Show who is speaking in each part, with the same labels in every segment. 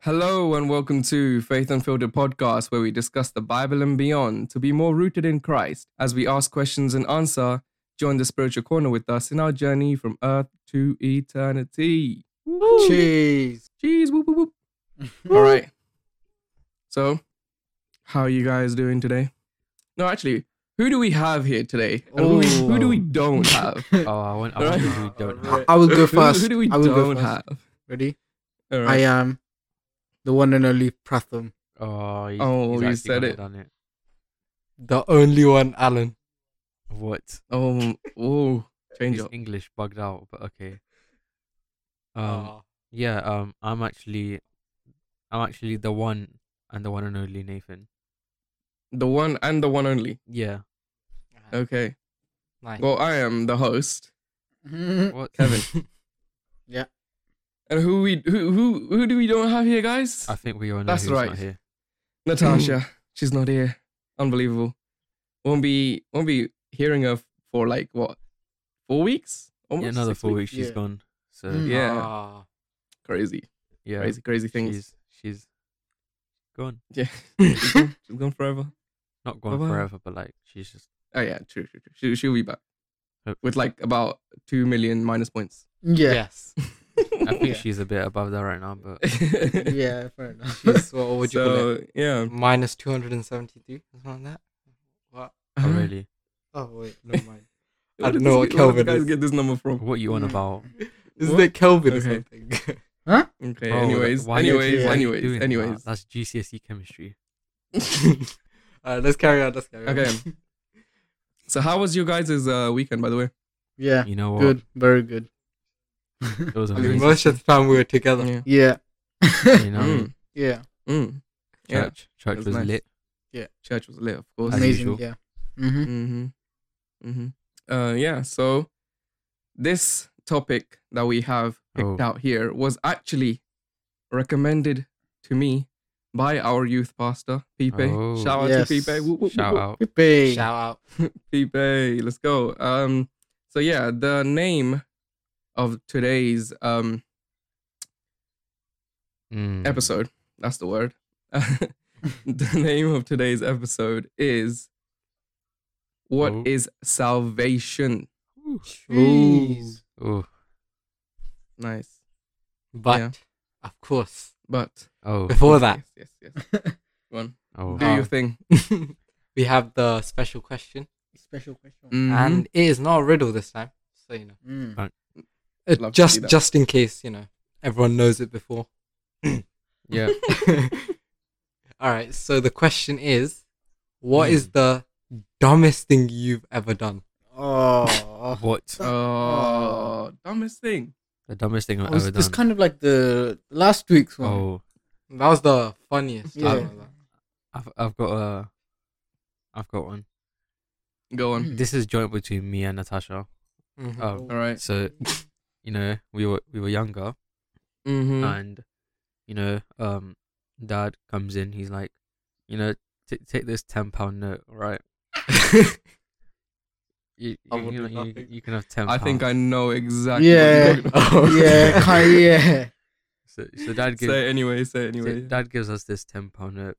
Speaker 1: Hello and welcome to Faith Unfiltered podcast, where we discuss the Bible and beyond to be more rooted in Christ. As we ask questions and answer, join the spiritual corner with us in our journey from earth to eternity.
Speaker 2: Cheese.
Speaker 1: Jeez, whoop whoop whoop. All right. So, how are you guys doing today? No, actually, who do we have here today? And who, we, who do we don't have?
Speaker 3: Oh, I want, I want to do don't have.
Speaker 2: I will
Speaker 1: Who-
Speaker 2: go first.
Speaker 1: Who, do we
Speaker 2: I will go
Speaker 1: don't
Speaker 2: first.
Speaker 1: have?
Speaker 2: Ready?
Speaker 1: All
Speaker 2: I
Speaker 1: right.
Speaker 2: am the one and only Pratham.
Speaker 3: Oh, he's,
Speaker 1: Oh,
Speaker 3: he's
Speaker 1: you
Speaker 3: actually
Speaker 1: said
Speaker 3: gone
Speaker 1: it.
Speaker 3: Done it.
Speaker 2: The only one, Alan.
Speaker 3: What?
Speaker 1: oh, oh, change
Speaker 3: His
Speaker 1: up.
Speaker 3: English bugged out, but okay. Um,
Speaker 1: Oh.
Speaker 3: yeah. Um, I'm actually, I'm actually the one and the one and only Nathan.
Speaker 1: The one and the one only.
Speaker 3: Yeah.
Speaker 4: Oh.
Speaker 1: Okay.
Speaker 2: Nice.
Speaker 1: Well, I am the host.
Speaker 3: What?
Speaker 1: Kevin.
Speaker 2: Yeah.
Speaker 1: And who we who who who do we don't have here, guys?
Speaker 3: I think we all know
Speaker 1: That's
Speaker 3: who's
Speaker 1: right.
Speaker 3: not here.
Speaker 1: Natasha. She's not here. Unbelievable. Won't be won't be hearing her f- for like what four weeks? Almost
Speaker 3: Yeah, another
Speaker 1: Six
Speaker 3: four weeks. she's
Speaker 2: Yeah.
Speaker 3: gone. So
Speaker 2: Mm.
Speaker 1: Yeah.
Speaker 4: Ah.
Speaker 1: Crazy,
Speaker 3: yeah,
Speaker 1: crazy, crazy things.
Speaker 3: she's she's gone.
Speaker 1: She's gone, she's gone forever.
Speaker 3: Not gone
Speaker 1: Bye-bye.
Speaker 3: forever, but like she's just.
Speaker 1: Oh yeah, true, true, true. She, she'll be back
Speaker 3: Hope-
Speaker 1: with like about two million minus points.
Speaker 2: Yeah.
Speaker 3: I think
Speaker 2: Yeah.
Speaker 3: she's a bit above that right now, but
Speaker 2: Yeah. fair enough.
Speaker 4: She's what, what would you call
Speaker 1: so yeah,
Speaker 4: it? Minus 273, something like that. What?
Speaker 3: oh,
Speaker 1: Uh-huh.
Speaker 3: really,
Speaker 4: Oh wait, never mind.
Speaker 1: Where
Speaker 4: don't
Speaker 1: did
Speaker 4: know
Speaker 1: this-
Speaker 4: what
Speaker 1: where did
Speaker 4: Kelvin
Speaker 1: you guys
Speaker 4: is.
Speaker 1: get this number from?
Speaker 3: what you on
Speaker 4: Mm.
Speaker 3: about?
Speaker 4: Isn't
Speaker 1: What?
Speaker 4: it Kelvin
Speaker 1: Okay.
Speaker 4: or something?
Speaker 1: Okay,
Speaker 3: Oh,
Speaker 1: anyways,
Speaker 3: why are you
Speaker 1: anyways,
Speaker 3: doing- why are you
Speaker 1: anyways,
Speaker 3: doing that?
Speaker 1: anyways.
Speaker 3: That's GCSE E chemistry.
Speaker 4: Alright, let's carry on. Let's carry on.
Speaker 1: Okay. So how was your guys' uh, weekend, by the way?
Speaker 2: yeah.
Speaker 3: You know what?
Speaker 2: Good. Very good.
Speaker 3: It was
Speaker 4: I mean,
Speaker 3: amazing.
Speaker 4: most of the time we were together.
Speaker 1: Yeah.
Speaker 2: Yeah.
Speaker 3: You know,
Speaker 1: Mm,
Speaker 2: yeah.
Speaker 1: mm. Yeah,
Speaker 3: church, church
Speaker 1: was
Speaker 3: was,
Speaker 1: nice.
Speaker 3: lit.
Speaker 1: church was lit, of course.
Speaker 3: As
Speaker 2: Amazing.
Speaker 3: usual.
Speaker 2: Yeah. Mm-hmm.
Speaker 1: hmm hmm Uh, yeah. So this topic that we have picked
Speaker 3: Oh.
Speaker 1: out here was actually recommended to me by our youth pastor Pipe.
Speaker 3: Oh.
Speaker 1: Shout out
Speaker 2: Yes.
Speaker 1: to Pipe. Woo, woo, woo,
Speaker 3: Shout
Speaker 1: woo.
Speaker 3: out.
Speaker 2: Pepe.
Speaker 4: Shout out.
Speaker 1: Pipe, let's go. Um, so yeah, the name of today's um
Speaker 3: Mm.
Speaker 1: episode. That's the word. the name of today's episode is "What Is
Speaker 3: Oh.
Speaker 1: Salvation?
Speaker 4: Jeez.
Speaker 3: Oh,
Speaker 1: Nice.
Speaker 4: But
Speaker 1: Yeah.
Speaker 4: of course,
Speaker 1: But
Speaker 3: oh,
Speaker 4: before that,
Speaker 1: Yes, yes, yes. Go on.
Speaker 3: oh.
Speaker 1: Do
Speaker 4: Ah.
Speaker 1: your thing.
Speaker 4: we have the special question,
Speaker 2: Special question.
Speaker 1: Mhm.
Speaker 4: and it is not a riddle this time, so you know,
Speaker 2: Mm.
Speaker 4: Uh,
Speaker 1: Love to see
Speaker 4: just
Speaker 1: that.
Speaker 4: just in case you know everyone knows it before.
Speaker 3: yeah.
Speaker 4: All right. So the question is, what
Speaker 1: Hmm.
Speaker 4: is the dumbest thing you've ever done?
Speaker 2: Oh.
Speaker 3: What?
Speaker 1: oh, dumbest thing.
Speaker 3: The dumbest thing I've
Speaker 1: Oh,
Speaker 2: It's
Speaker 3: ever
Speaker 2: it's
Speaker 3: done.
Speaker 2: kind of like the last week's one.
Speaker 3: oh,
Speaker 4: That was the funniest.
Speaker 2: Yeah.
Speaker 4: Yeah.
Speaker 3: I've I've got a, I've got one.
Speaker 1: Go on.
Speaker 2: Mm. Hmm.
Speaker 3: This is joint between me and Natasha.
Speaker 4: Mm-hmm.
Speaker 3: Oh,
Speaker 1: All right.
Speaker 3: so you know we were we were younger,
Speaker 1: Mm-hmm.
Speaker 3: and you know um dad comes in he's like you know t- take this 10 pound note right you,
Speaker 4: I
Speaker 3: you,
Speaker 4: will
Speaker 3: you,
Speaker 4: do
Speaker 3: know, you-
Speaker 4: nothing.
Speaker 3: you can have 10
Speaker 1: I think I
Speaker 3: pounds."
Speaker 1: know exactly. what
Speaker 2: Yeah.
Speaker 1: you're talking about.
Speaker 2: yeah. Kind of, yeah.
Speaker 3: so, so dad gives
Speaker 1: Say it anyway. Say it
Speaker 3: so
Speaker 1: anyway.
Speaker 3: dad gives us this 10 pound note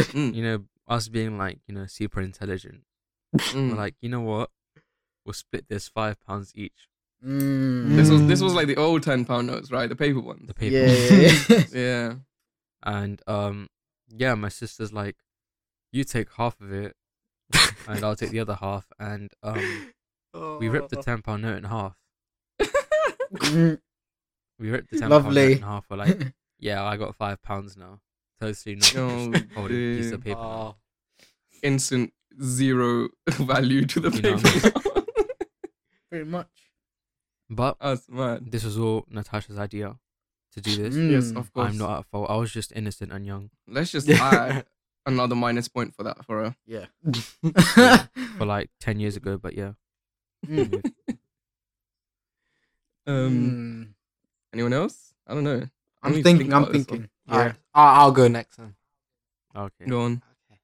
Speaker 1: Mm,
Speaker 3: you know us being like you know super intelligent
Speaker 1: mm.
Speaker 3: we're like you know what we'll split this 5 pounds each
Speaker 2: Mm.
Speaker 1: this was this was like the old ten pound notes, right? The paper ones.
Speaker 3: the paper
Speaker 2: Yeah. yeah, yeah.
Speaker 1: Yeah.
Speaker 3: and um yeah my sister's like you take half of it and I'll take the other half and um we
Speaker 2: Oh.
Speaker 3: ripped the 10 pound note in half
Speaker 2: Mm.
Speaker 3: We ripped the ten
Speaker 2: Lovely.
Speaker 3: pound in half. We're like, yeah, I got five pounds now. Totally not
Speaker 1: Oh,
Speaker 3: just holding a piece
Speaker 4: Uh,
Speaker 1: dear.
Speaker 3: of paper. now.
Speaker 1: Instant zero value to the
Speaker 3: You know
Speaker 1: paper.
Speaker 2: Pretty much.
Speaker 3: But
Speaker 1: That's mad.
Speaker 3: this was all Natasha's idea to do this.
Speaker 1: Yes,
Speaker 2: Mm.
Speaker 1: of course.
Speaker 3: I'm not at fault. I was just innocent and young.
Speaker 1: Let's just
Speaker 4: Yeah.
Speaker 1: add another minus point for that for her.
Speaker 2: Yeah.
Speaker 3: For like ten years ago, but yeah.
Speaker 2: Mm.
Speaker 1: Um.
Speaker 2: Mm.
Speaker 1: Anyone else? I don't know. I
Speaker 2: I'm
Speaker 1: need to
Speaker 2: thinking.
Speaker 1: think
Speaker 2: I'm
Speaker 1: about this one.
Speaker 2: thinking.
Speaker 4: All
Speaker 2: Yeah.
Speaker 4: right. I'll, I'll go next then.
Speaker 3: Okay.
Speaker 1: Go on.
Speaker 4: Okay.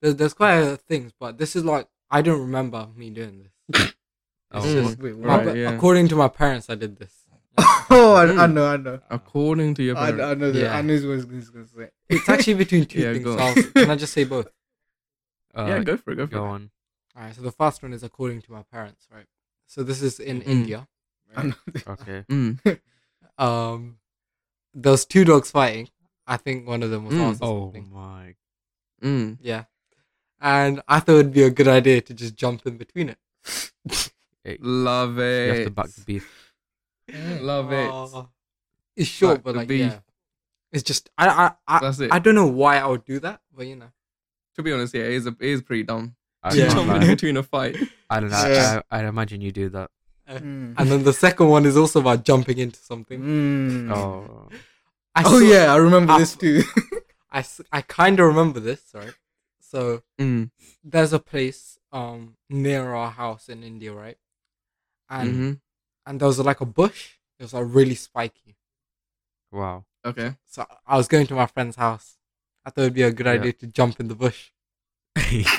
Speaker 4: There's, there's quite a things, but this is like I don't remember me doing this.
Speaker 3: Oh,
Speaker 4: It's
Speaker 1: Mm.
Speaker 4: just,
Speaker 2: Wait,
Speaker 4: my
Speaker 1: Right,
Speaker 2: what?
Speaker 4: pa-
Speaker 1: yeah.
Speaker 4: according to my parents, I did this.
Speaker 2: Oh, I, I know, I know.
Speaker 1: According to your
Speaker 2: I,
Speaker 1: parents.
Speaker 2: I know that.
Speaker 4: Yeah.
Speaker 2: I knew what he was going to say.
Speaker 4: It's actually between two
Speaker 1: Yeah,
Speaker 4: things.
Speaker 1: go
Speaker 4: so I'll- can I just say both?
Speaker 3: Uh,
Speaker 1: yeah, go for it. Go for
Speaker 3: go
Speaker 1: it.
Speaker 3: on.
Speaker 4: All right. So the first one is according to my parents, right? So this is in
Speaker 1: Mm.
Speaker 4: India.
Speaker 2: I know.
Speaker 3: Okay.
Speaker 1: Mm.
Speaker 4: Um, there was two dogs fighting. I think one of them was
Speaker 1: Mm.
Speaker 4: ours or
Speaker 3: Oh
Speaker 4: something.
Speaker 3: my.
Speaker 1: Mm.
Speaker 4: Yeah. And I thought it'd be a good idea to just jump in between it.
Speaker 1: Love
Speaker 3: You have to
Speaker 1: it.
Speaker 3: back the beef.
Speaker 1: Love it.
Speaker 4: Oh. It's short,
Speaker 1: Back
Speaker 4: but
Speaker 1: the
Speaker 4: like,
Speaker 1: beef.
Speaker 4: yeah. It's just I I I,
Speaker 1: That's it.
Speaker 4: I don't know why I would do that, but you know.
Speaker 1: to be honest, yeah, it is, a, it is pretty dumb.
Speaker 3: I,
Speaker 4: Yeah.
Speaker 3: can't
Speaker 1: Jumping
Speaker 3: lie.
Speaker 1: between a fight.
Speaker 3: I don't know.
Speaker 2: Yeah.
Speaker 3: I, I imagine you do that.
Speaker 2: Mm.
Speaker 4: And then the second one is also about jumping into something.
Speaker 2: Mm.
Speaker 3: Oh.
Speaker 4: I
Speaker 2: Oh
Speaker 4: saw-
Speaker 2: yeah, I remember
Speaker 4: I-
Speaker 2: this too.
Speaker 4: I, kind of remember this, right? So
Speaker 1: Mm.
Speaker 4: there's a place um near our house in India, right? And
Speaker 3: Mm-hmm.
Speaker 1: Mhm.
Speaker 4: and there was like a bush. It was like really spiky.
Speaker 3: Wow.
Speaker 1: Okay.
Speaker 4: So I was going to my friend's house. I thought it'd be a good
Speaker 3: Yeah.
Speaker 4: idea to jump in the bush.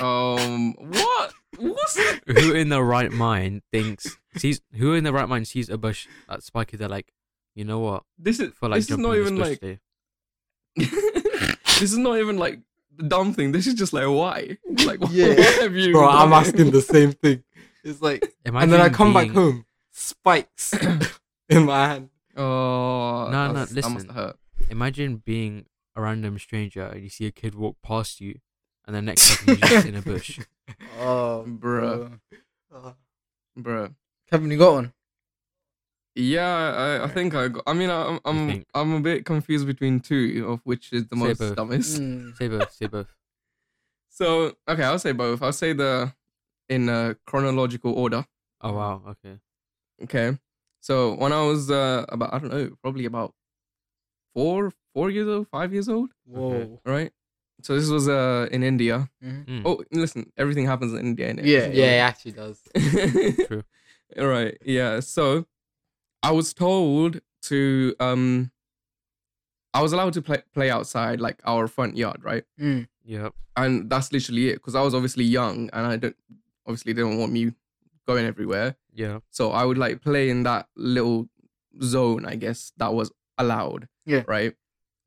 Speaker 1: Um. What? What's that?
Speaker 3: who in their right mind thinks sees who in their right mind sees a bush that's spiky? They're like, you know what?
Speaker 1: This is.
Speaker 3: For like
Speaker 1: this is
Speaker 3: jumping
Speaker 1: not
Speaker 3: in this
Speaker 1: even
Speaker 3: bush
Speaker 1: like.
Speaker 3: today.
Speaker 1: this is not even like the dumb thing. This is just like why. Like why
Speaker 4: Yeah.
Speaker 1: have you?
Speaker 4: Bro, I'm
Speaker 1: done
Speaker 4: asking the same thing. It's like, and then I
Speaker 3: Imagine
Speaker 4: come back
Speaker 3: being-
Speaker 4: home, spikes in my hand.
Speaker 1: it? Oh.
Speaker 3: No, no,
Speaker 1: that's- That must
Speaker 3: listen.
Speaker 1: have hurt.
Speaker 3: Imagine being a random stranger and you see a kid walk past you, and the next second you're just in a bush.
Speaker 2: oh,
Speaker 1: Bruh.
Speaker 4: Uh,
Speaker 1: Bruh.
Speaker 2: Uh-huh. Kevin, you got one?
Speaker 1: Yeah, I, I think I. Got, I mean, I, I'm I'm
Speaker 3: think?
Speaker 1: I'm a bit confused between two of which is the
Speaker 3: Say
Speaker 1: most
Speaker 3: both.
Speaker 1: dumbest.
Speaker 2: Mm.
Speaker 3: Say both. Say both.
Speaker 1: So okay, I'll say both. I'll say the in uh, chronological order.
Speaker 3: Oh wow. Okay.
Speaker 1: Okay. So when I was uh, about I don't know, probably about four four years old, five years old,
Speaker 2: Whoa.
Speaker 1: right? So this was uh in India.
Speaker 2: Mhm.
Speaker 3: Mm.
Speaker 1: Oh, listen, everything happens in India. innit?
Speaker 2: Yeah.
Speaker 4: yeah, it actually does.
Speaker 3: True.
Speaker 1: All right. Yeah. So I was told to um I was allowed to play play outside like our front yard, right?
Speaker 2: Mm.
Speaker 3: Yep.
Speaker 1: And that's literally it because I was obviously young and I don't obviously didn't want me going everywhere.
Speaker 3: Yeah.
Speaker 1: So I would like play in that little zone, I guess, that was allowed.
Speaker 2: Yeah.
Speaker 1: Right.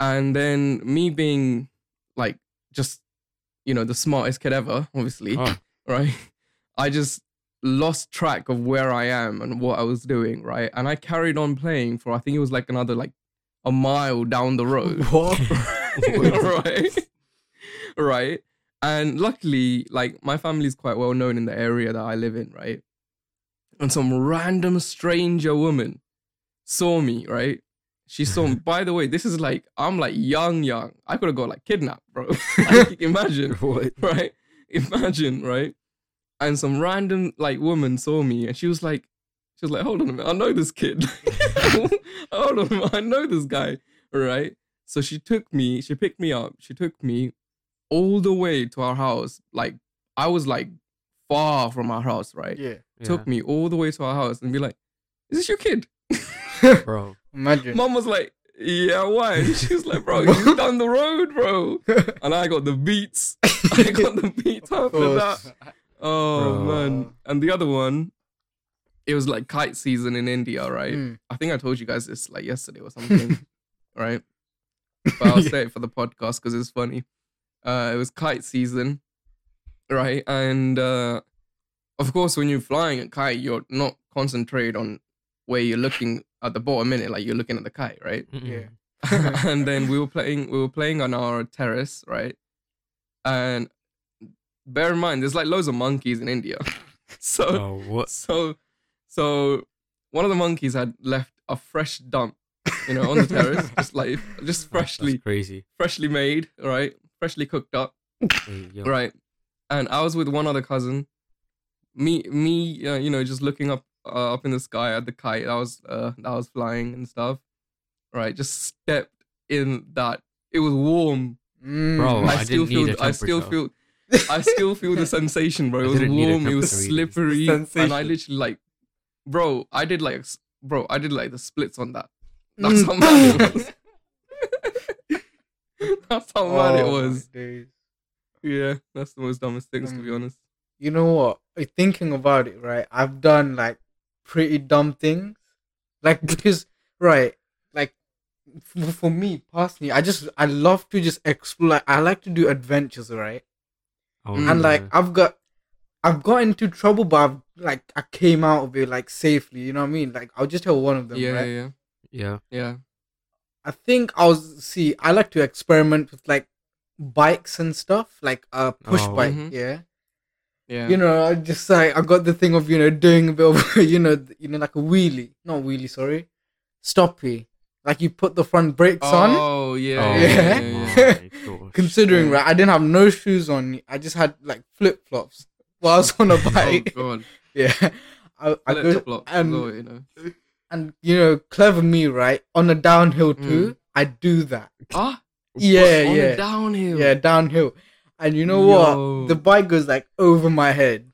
Speaker 1: And then me being like just, you know, the smartest kid ever, obviously,
Speaker 3: Oh.
Speaker 1: right? I just lost track of where I am and what I was doing, right? And I carried on playing for I think it was like another like a mile down the road.
Speaker 4: What?
Speaker 1: right. Right. And luckily, like my family's quite well known in the area that I live in, right? And some random stranger woman saw me, right? She saw me. By the way, this is like I'm like young, young. I could have got like kidnapped, bro. like, imagine,
Speaker 3: What?
Speaker 1: right? Imagine, right? And some random like woman saw me, and she was like, she was like, hold on a minute, I know this kid. hold on, a minute, I know this guy, right? So she took me, she picked me up, she took me all the way to our house. Like I was like far from our house, right?
Speaker 2: Yeah.
Speaker 1: Took me all the way to our house and be like, "Is this your kid?"
Speaker 3: Yeah, bro.
Speaker 2: Imagine.
Speaker 1: Mom was like, "Yeah, why?" And she was like, "Bro, he's down the road, bro." And I got the beats. I got the beats
Speaker 2: Of
Speaker 1: after
Speaker 2: course. Hmm.
Speaker 1: that. Oh
Speaker 3: Bro.
Speaker 1: man! And the other one, it was like kite season in India, right?
Speaker 2: Mm.
Speaker 1: I think I told you guys this like yesterday or something, right? But I'll say it for the podcast because it's funny. Uh, it was kite season, right? And uh, of course, when you're flying a kite, you're not concentrated on where you're looking at the bottom minute, like you're looking at the kite, right?
Speaker 2: Yeah.
Speaker 3: Mm-mm. Mm-hmm.
Speaker 1: and then we were playing we were playing on our terrace, right? And bear in mind, there's like loads of monkeys in India. So
Speaker 3: Oh what?
Speaker 1: so so one of the monkeys had left a fresh dump, you know, on the terrace. just like just freshly
Speaker 3: That's crazy.
Speaker 1: freshly made, right? Freshly cooked up.
Speaker 3: Hey, yo.
Speaker 1: Right. And I was with one other cousin. Me, me, uh, you know, just looking up, uh, up in the sky at the kite that was, uh, that was flying and stuff. Right, just stepped in that. It was warm.
Speaker 2: Mm.
Speaker 3: Bro, Oh,
Speaker 1: I,
Speaker 3: I
Speaker 1: still
Speaker 3: didn't need
Speaker 1: feel,
Speaker 3: a
Speaker 1: I still feel,
Speaker 3: temperature.
Speaker 1: I still feel the sensation, bro. It
Speaker 3: I
Speaker 1: was
Speaker 3: didn't need a
Speaker 1: warm. It was
Speaker 3: temperature reading.
Speaker 1: slippery, and I
Speaker 4: Sensation.
Speaker 1: literally like, bro, I did like, s- bro, I did like the splits on that.
Speaker 3: Mm.
Speaker 1: That's how
Speaker 2: Hmm.
Speaker 1: mad it was. that's how mad it
Speaker 2: Oh,
Speaker 1: was.
Speaker 2: my days.
Speaker 1: Yeah, that's the most dumbest things to be
Speaker 2: Mm.
Speaker 1: honest.
Speaker 2: You know what? Uh, Thinking about it, right? I've done like pretty dumb things, like because right like for, for me personally i just i love to just explore like, i like to do adventures right
Speaker 3: Oh,
Speaker 1: Mm.
Speaker 2: and
Speaker 3: no.
Speaker 2: like i've got i've got into trouble but i've like i came out of it like safely you know what i mean like i'll just tell one of them
Speaker 1: yeah,
Speaker 2: right
Speaker 1: yeah,
Speaker 3: yeah,
Speaker 1: yeah.
Speaker 2: i think i'll see i like to experiment with like bikes and stuff like a push
Speaker 3: Oh.
Speaker 2: bike
Speaker 1: Mhm.
Speaker 2: yeah
Speaker 1: Yeah.
Speaker 2: you know i just like i got the thing of you know doing a bit of you know th- you know like a wheelie not wheelie sorry stoppy like you put the front brakes on
Speaker 1: Oh yeah.
Speaker 3: Oh,
Speaker 2: Yeah.
Speaker 1: yeah.
Speaker 3: my gosh.
Speaker 2: considering
Speaker 1: Yeah.
Speaker 2: right i didn't have no shoes on i just had like flip-flops while i was on a
Speaker 1: oh
Speaker 2: bike
Speaker 1: god.
Speaker 2: yeah I, I
Speaker 1: Flip
Speaker 2: go-
Speaker 1: flops,
Speaker 2: and
Speaker 1: Lord, you know.
Speaker 2: and you know clever me right on a downhill too i do that
Speaker 1: Mm. Ah.
Speaker 2: yeah
Speaker 1: on
Speaker 2: yeah
Speaker 1: The downhill.
Speaker 2: yeah downhill and you know
Speaker 1: Yo.
Speaker 2: what the bike goes like over my head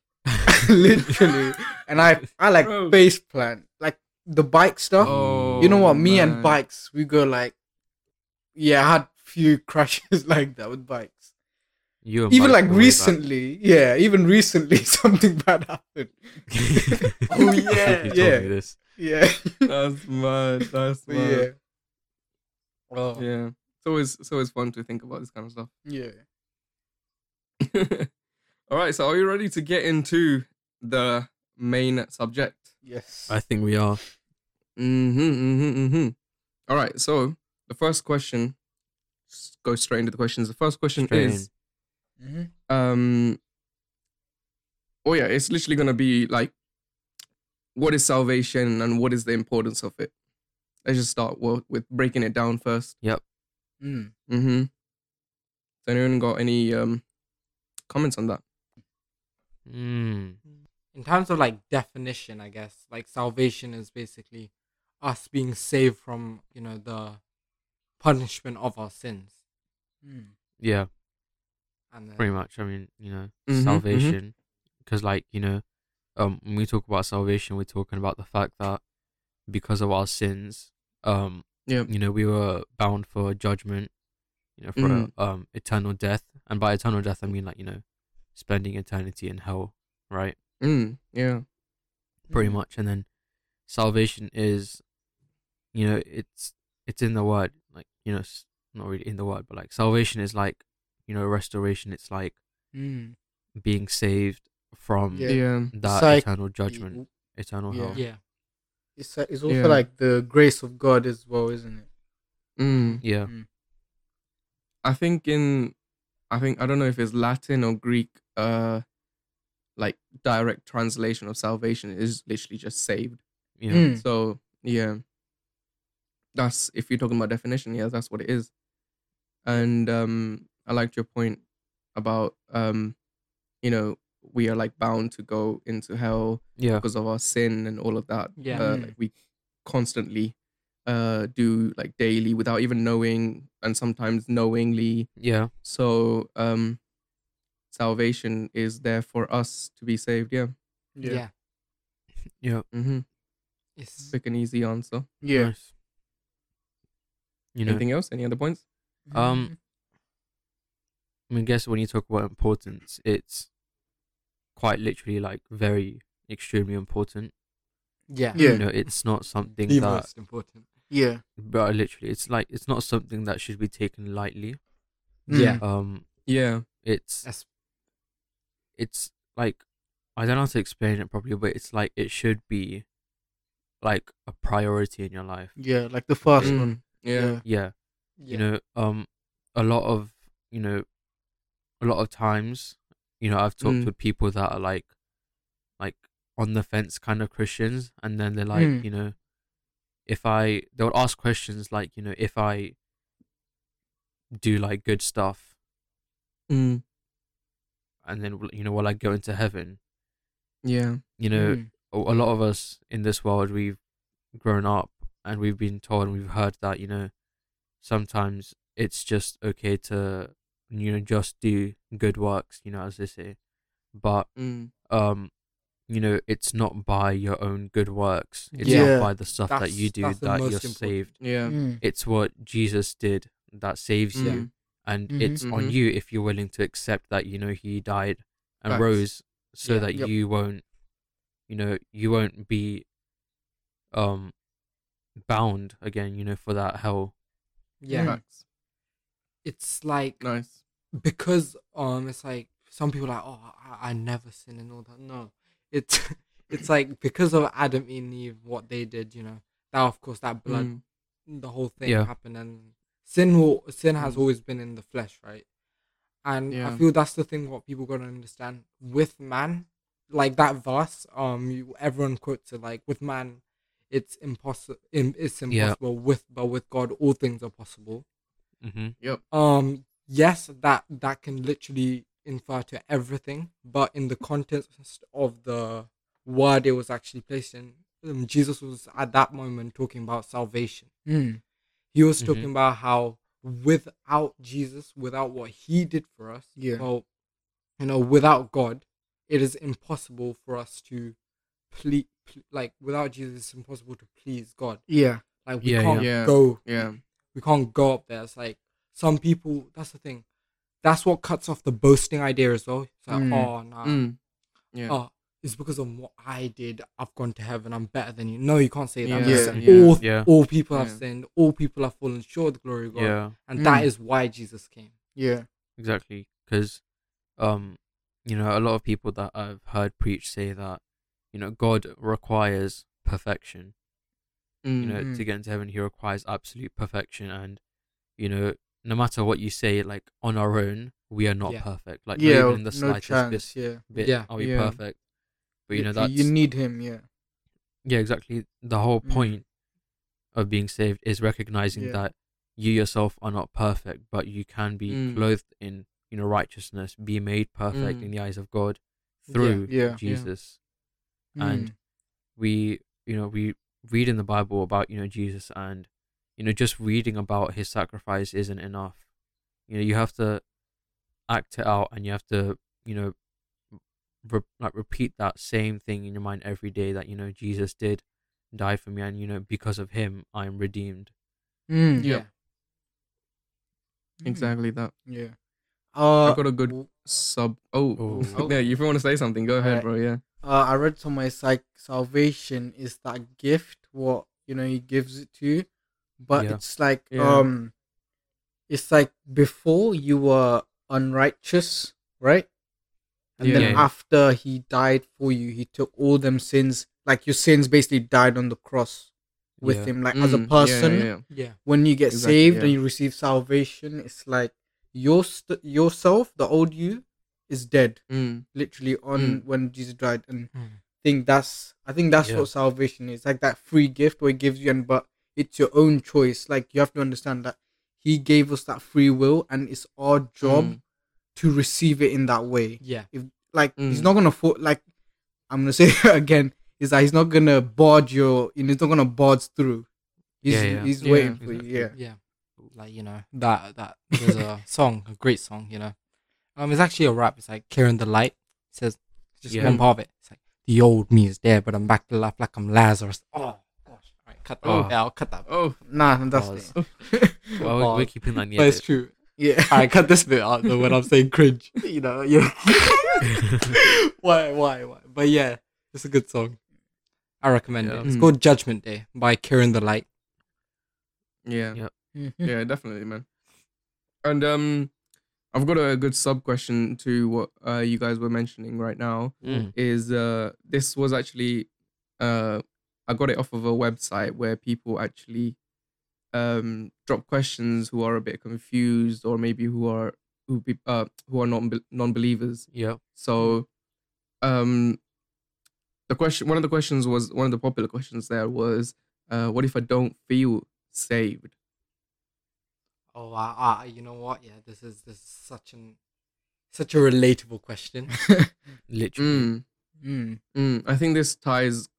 Speaker 2: literally and i i like
Speaker 1: Bro.
Speaker 2: face plant like the bike stuff
Speaker 1: Oh,
Speaker 2: you know what me
Speaker 1: man.
Speaker 2: and bikes we go like yeah i had few crashes like that with bikes
Speaker 3: You and
Speaker 2: even
Speaker 3: Mike
Speaker 2: like
Speaker 3: were way back.
Speaker 2: recently yeah even recently something bad happened Oh,
Speaker 3: I think
Speaker 2: yeah,
Speaker 3: you told
Speaker 2: yeah.
Speaker 3: me this.
Speaker 2: yeah
Speaker 1: That's mad. That's
Speaker 2: but
Speaker 1: mad.
Speaker 2: yeah oh yeah,
Speaker 1: Yeah. It's always it's always fun to think about this kind of stuff. All right, so are you ready to get into the main subject?
Speaker 2: yes
Speaker 3: I think we are.
Speaker 1: Mm-hmm, mm-hmm, mm-hmm. All right, so the first question s- go straight into the questions. The first question
Speaker 3: Straight
Speaker 1: is
Speaker 2: hmm
Speaker 1: um oh yeah, it's literally gonna be like what is salvation and what is the importance of it? Let's just start wo- with breaking it down first.
Speaker 2: mm.
Speaker 1: Mm-hmm. Has anyone got any um comments on that?
Speaker 3: Mm.
Speaker 4: in terms of like definition, I guess like salvation is basically us being saved from you know the punishment of our sins,
Speaker 2: Mm.
Speaker 3: Yeah,
Speaker 4: and then
Speaker 3: pretty much. I mean, you know,
Speaker 1: Mhm, mhm.
Speaker 3: salvation. Because, like, you know, um, when we talk about salvation, we're talking about the fact that because of our sins, um,
Speaker 1: Yep.
Speaker 3: you know, we were bound for judgment, you know, for
Speaker 1: Mhm.
Speaker 3: um eternal death. And by eternal death, I mean like you know, spending eternity in hell, right?
Speaker 1: Mm, yeah.
Speaker 3: pretty
Speaker 2: Mm.
Speaker 3: much and then salvation is you know it's it's in the word like you know s- not really in the word but like salvation is like you know restoration it's like
Speaker 2: Mm.
Speaker 3: being saved from
Speaker 2: Yeah.
Speaker 1: Yeah.
Speaker 3: that
Speaker 2: Psych-
Speaker 3: eternal judgment eternal
Speaker 2: Yeah.
Speaker 3: hell
Speaker 4: yeah,
Speaker 2: it's, uh, it's also
Speaker 1: Yeah.
Speaker 2: like the grace of god as well isn't it
Speaker 1: Mm.
Speaker 3: yeah
Speaker 1: I think in I think I don't know if it's Latin or Greek uh like direct translation of salvation is literally just saved.
Speaker 3: yeah
Speaker 2: Mm.
Speaker 1: So, yeah. That's if you're talking about definition, yeah, that's what it is. And um I liked your point about um you know, we are like bound to go into hell
Speaker 3: yeah
Speaker 1: because of our sin and all of that.
Speaker 4: Yeah.
Speaker 1: uh,
Speaker 2: Mm.
Speaker 1: like we constantly uh, do like daily without even knowing, and sometimes knowingly.
Speaker 3: yeah
Speaker 1: So um, salvation is there for us to be saved. Yeah,
Speaker 4: yeah,
Speaker 3: yeah
Speaker 1: mm-hmm.
Speaker 4: It's,
Speaker 1: quick and easy answer.
Speaker 2: yeah
Speaker 3: nice. you know
Speaker 1: Anything else? Any other points?
Speaker 2: Mm.
Speaker 3: Um, I mean, guess when you talk about importance, it's quite literally like very extremely important.
Speaker 4: yeah,
Speaker 2: Yeah.
Speaker 3: You know, it's not something
Speaker 4: the
Speaker 3: that,
Speaker 4: most important.
Speaker 2: yeah
Speaker 3: but literally, it's like it's not something that should be taken lightly.
Speaker 2: Mm.
Speaker 4: Yeah.
Speaker 3: Um,
Speaker 1: Yeah.
Speaker 3: it's
Speaker 4: That's-
Speaker 3: it's like I don't know how to explain it properly, but it's like it should be like a priority in your life.
Speaker 2: yeah like the first one
Speaker 1: Mm. Yeah.
Speaker 3: Yeah,
Speaker 4: Yeah.
Speaker 3: you know, um, a lot of you know, a lot of times, you know, I've talked
Speaker 1: Mm.
Speaker 3: with people that are like, like on the fence kind of Christians, and then they're like,
Speaker 2: Mm.
Speaker 3: you know, if I they would ask questions like, you know, if I do like good stuff,
Speaker 1: Mm.
Speaker 3: and then will- you know, will I go into heaven?
Speaker 1: Yeah.
Speaker 3: You know,
Speaker 2: Mm.
Speaker 3: a a lot of us in this world we've grown up and we've been told and we've heard that you know sometimes it's just okay to you know just do good works you know as they say but
Speaker 1: Mm.
Speaker 3: um you know it's not by your own good works it's
Speaker 2: Yeah.
Speaker 3: not by the stuff that you
Speaker 4: That's-
Speaker 3: do
Speaker 4: that's the
Speaker 3: that
Speaker 4: most
Speaker 3: you're
Speaker 4: important.
Speaker 3: saved
Speaker 1: Yeah.
Speaker 2: Mm.
Speaker 3: it's what jesus did that saves you and
Speaker 2: Mhm.
Speaker 3: it's on
Speaker 1: Mhm.
Speaker 3: you if you're willing to accept that you know he died and
Speaker 1: Facts.
Speaker 3: rose so
Speaker 4: Yeah.
Speaker 3: that
Speaker 2: Yep.
Speaker 3: you won't you know you won't be um bound again, you know, for that hell.
Speaker 4: Yeah,
Speaker 1: Facts.
Speaker 4: it's like
Speaker 1: Nice.
Speaker 4: because um, it's like some people are like, oh, I, I never sin and all that. No, it's it's like because of Adam and Eve, what they did, you know, that of course that blood
Speaker 1: Mm.
Speaker 4: the whole thing
Speaker 3: Yeah.
Speaker 4: happened and sin will, sin has
Speaker 1: Mm.
Speaker 4: always been in the flesh right and i
Speaker 1: Yeah.
Speaker 4: feel that's the thing what people gotta understand with man like that verse um you, everyone quotes it like with man it's impossible it's
Speaker 3: Yeah.
Speaker 4: impossible with but with god all things are possible
Speaker 3: Mm-hmm.
Speaker 4: um yes that that can literally infer to everything but in the context of the word it was actually placed in um, jesus was at that moment talking about salvation
Speaker 2: Mm.
Speaker 4: he was
Speaker 3: Mhm.
Speaker 4: talking about how without Jesus, without what he did for us,
Speaker 2: Yeah.
Speaker 4: well, you know, without God, it is impossible for us to please, like without Jesus, it's impossible to please God.
Speaker 2: Yeah.
Speaker 4: Like we
Speaker 3: Yeah,
Speaker 4: can't
Speaker 1: yeah. Yeah.
Speaker 4: go,
Speaker 1: Yeah.
Speaker 4: we can't go up there. It's like some people. That's the thing. That's what cuts off the boasting idea as well. It's like,
Speaker 2: Mm.
Speaker 4: oh nah,
Speaker 1: Mm. Yeah.
Speaker 4: oh, it's because of what I did. I've gone to heaven. I'm better than you. No, you can't say that.
Speaker 1: Yeah.
Speaker 4: That's
Speaker 3: Yeah. Yeah.
Speaker 4: All,
Speaker 3: Yeah.
Speaker 4: all people have
Speaker 1: Yeah.
Speaker 4: sinned. All people have fallen short of the glory of God
Speaker 3: Yeah,
Speaker 4: and that
Speaker 2: Mm.
Speaker 4: is why Jesus came.
Speaker 2: Yeah.
Speaker 3: exactly. Because, um, you know, a lot of people that I've heard preach say that, you know, God requires perfection.
Speaker 1: Mm.
Speaker 3: you know to
Speaker 2: Mhm.
Speaker 3: get into heaven he requires absolute perfection and you know no matter what you say like on our own we are not
Speaker 4: Yeah.
Speaker 3: perfect like
Speaker 2: yeah.
Speaker 3: not even in the
Speaker 2: no
Speaker 3: slightest
Speaker 2: chance.
Speaker 3: bit,
Speaker 2: Yeah.
Speaker 3: bit
Speaker 4: Yeah.
Speaker 3: are we
Speaker 1: Yeah.
Speaker 3: perfect but you know that's
Speaker 2: Literally, you need him. Yeah.
Speaker 3: yeah exactly the whole
Speaker 2: Mm.
Speaker 3: point of being saved is recognizing
Speaker 2: Yeah.
Speaker 3: that you yourself are not perfect but you can be
Speaker 1: Mm.
Speaker 3: clothed in you know righteousness be made perfect
Speaker 1: Mm.
Speaker 3: in the eyes of god
Speaker 4: Yeah.
Speaker 3: through
Speaker 2: Yeah.
Speaker 3: jesus And-
Speaker 2: Mm.
Speaker 3: we you know we read in the bible about you know jesus and you know just reading about his sacrifice isn't enough you know you have to act it out and you have to you know re- like repeat that same thing in your mind every day that you know jesus did die for me and you know because of him i am redeemed
Speaker 2: Mm.
Speaker 1: Yeah.
Speaker 4: Yeah,
Speaker 2: Mm.
Speaker 1: Exactly that.
Speaker 2: Yeah.
Speaker 1: I
Speaker 2: Uh,
Speaker 1: got a good
Speaker 2: w-
Speaker 1: sub. Oh,
Speaker 3: Oh.
Speaker 1: yeah. If you want to say something, go ahead,
Speaker 2: Alright.
Speaker 1: bro. Yeah.
Speaker 2: uh, I read somewhere it's like salvation is that gift what you know he gives it to you, but
Speaker 3: Yeah.
Speaker 2: it's like
Speaker 1: Yeah.
Speaker 2: um, it's like before you were unrighteous, right? And then
Speaker 1: Yeah.
Speaker 2: after he died for you, he took all them sins, like your sins basically died on the cross with
Speaker 3: Yeah.
Speaker 2: him. Like as a
Speaker 1: Mm, yeah,
Speaker 2: person,
Speaker 1: Yeah. yeah.
Speaker 4: yeah,
Speaker 2: when you get
Speaker 1: Exactly,
Speaker 2: saved
Speaker 1: yeah.
Speaker 2: and you receive salvation, it's like your st- yourself, the old you, is dead
Speaker 1: Mm,
Speaker 2: literally on when Jesus died, and
Speaker 4: Mm.
Speaker 2: think that's I think that's
Speaker 3: Yeah.
Speaker 2: what salvation is like that free gift where it gives you, and but it's your own choice. Like you have to understand that He gave us that free will, and it's our job
Speaker 1: Mm.
Speaker 2: to receive it in that way.
Speaker 4: yeah,
Speaker 2: Like He's
Speaker 1: Mm.
Speaker 2: not gonna for like I'm gonna say it again is that He's not gonna barge your, you know, He's not gonna barge through. He's
Speaker 3: Yeah, yeah.
Speaker 2: He's
Speaker 1: Yeah,
Speaker 2: waiting for
Speaker 3: exactly.
Speaker 2: you. Yeah.
Speaker 4: yeah. Like you know that that there's a song, a great song, you know. Um, it's actually a rap. It's like Kieran the Light It says just
Speaker 3: Yeah.
Speaker 4: one part of it. It's like the old me is dead, but I'm back to life like I'm Lazarus. Oh gosh, all right, cut that.
Speaker 3: Oh.
Speaker 4: out. Yeah, I'll cut that.
Speaker 1: Oh,
Speaker 2: Nah, that's
Speaker 3: Bars.
Speaker 2: it.
Speaker 3: well we're, we're keeping that in the
Speaker 4: But it's
Speaker 3: edit.
Speaker 4: true.
Speaker 2: yeah.
Speaker 4: I cut this bit out though when I'm saying cringe. You know, you why, why, why? But yeah, it's a good song. I recommend
Speaker 3: Yeah.
Speaker 4: it. It's
Speaker 1: Mm.
Speaker 4: called Judgment Day by Kieran the Light.
Speaker 1: yeah.
Speaker 3: Yeah.
Speaker 4: Mm-hmm.
Speaker 2: Mhm.
Speaker 1: Yeah, definitely, man. And um, I've got a good sub question to what uh, you guys were mentioning right now.
Speaker 3: Mm.
Speaker 1: Is uh, this was actually uh, I got it off of a website where people actually um drop questions who are a bit confused or maybe who are who be, uh who are non non believers.
Speaker 3: yeah
Speaker 1: So, um, the question, one of the questions was one of the popular questions there was, uh, what if I don't feel saved?
Speaker 4: Oh, I, I, you know what? Yeah, this is this is such an such a relatable question.
Speaker 3: literally
Speaker 1: Mm,
Speaker 2: Mm.
Speaker 1: mm. I think this ties,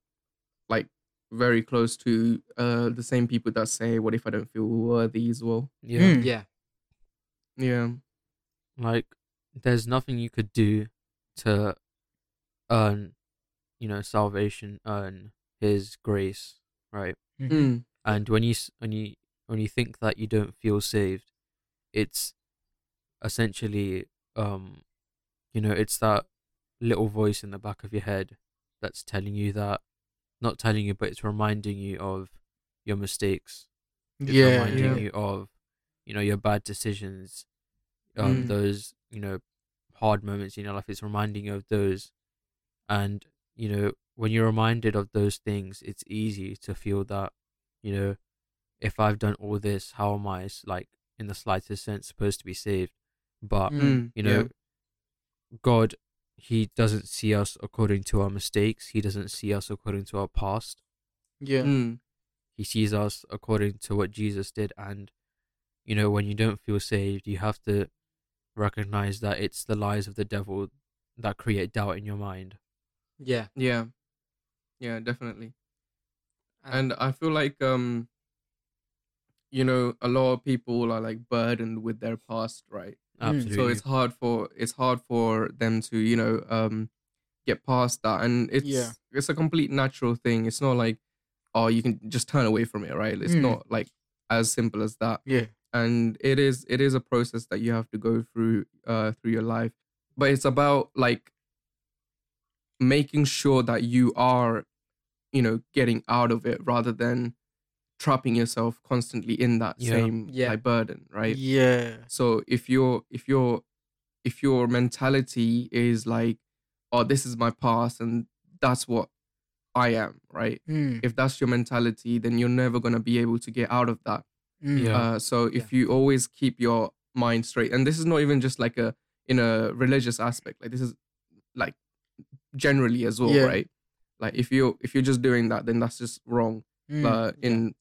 Speaker 1: like, very close to uh the same people that say, what if I don't feel worthy as well?
Speaker 3: yeah
Speaker 2: Mm.
Speaker 4: yeah,
Speaker 1: Yeah.
Speaker 3: like there's nothing you could do to earn you know salvation earn his grace right
Speaker 2: Mhm.
Speaker 1: Mm,
Speaker 3: and when you s- when you when you think that you don't feel saved it's essentially um you know it's that little voice in the back of your head that's telling you that not telling you but it's reminding you of your mistakes. It's
Speaker 2: Yeah,
Speaker 3: reminding
Speaker 1: yeah.
Speaker 3: you of, you know, your bad decisions, um,
Speaker 1: Mm.
Speaker 3: those you know, hard moments in your life. It's reminding you of those, and you know, when you're reminded of those things, it's easy to feel that, you know, if I've done all this, how am I s- like in the slightest sense supposed to be saved? But
Speaker 2: Mm,
Speaker 3: you know, God, He doesn't see us according to our mistakes. He doesn't see us according to our past.
Speaker 2: yeah,
Speaker 1: Mm.
Speaker 3: He sees us according to what Jesus did. And, you know, when you don't feel saved, you have to recognize that it's the lies of the devil that create doubt in your mind.
Speaker 4: Yeah.
Speaker 1: Yeah. Yeah, definitely.
Speaker 2: Ah.
Speaker 1: And I feel like um you know, a lot of people are like burdened with their past, right?
Speaker 2: Mm.
Speaker 3: Absolutely.
Speaker 1: so it's hard for it's hard for them to you know um get past that and it's
Speaker 2: Yeah.
Speaker 1: it's a complete natural thing it's not like oh you can just turn away from it right it's
Speaker 2: Mm.
Speaker 1: not like as simple as that
Speaker 2: yeah,
Speaker 1: and it is it is a process that you have to go through uh through your life but it's about like making sure that you are you know getting out of it rather than trapping yourself constantly in that
Speaker 3: Yeah.
Speaker 1: same
Speaker 4: Yeah.
Speaker 1: like, burden right
Speaker 2: yeah,
Speaker 1: so if your if your if your mentality is like, oh, this is my past and that's what I am, right?
Speaker 2: mm,
Speaker 1: If that's your mentality, then you're never gonna be able to get out of that.
Speaker 2: mm,
Speaker 3: Yeah.
Speaker 1: Uh, so if you always keep your mind straight, and this is not even just like a in a religious aspect, like this is like generally as well,
Speaker 2: Yeah.
Speaker 1: right? Like if you are if you're just doing that, then that's just wrong
Speaker 2: mm,
Speaker 1: uh, in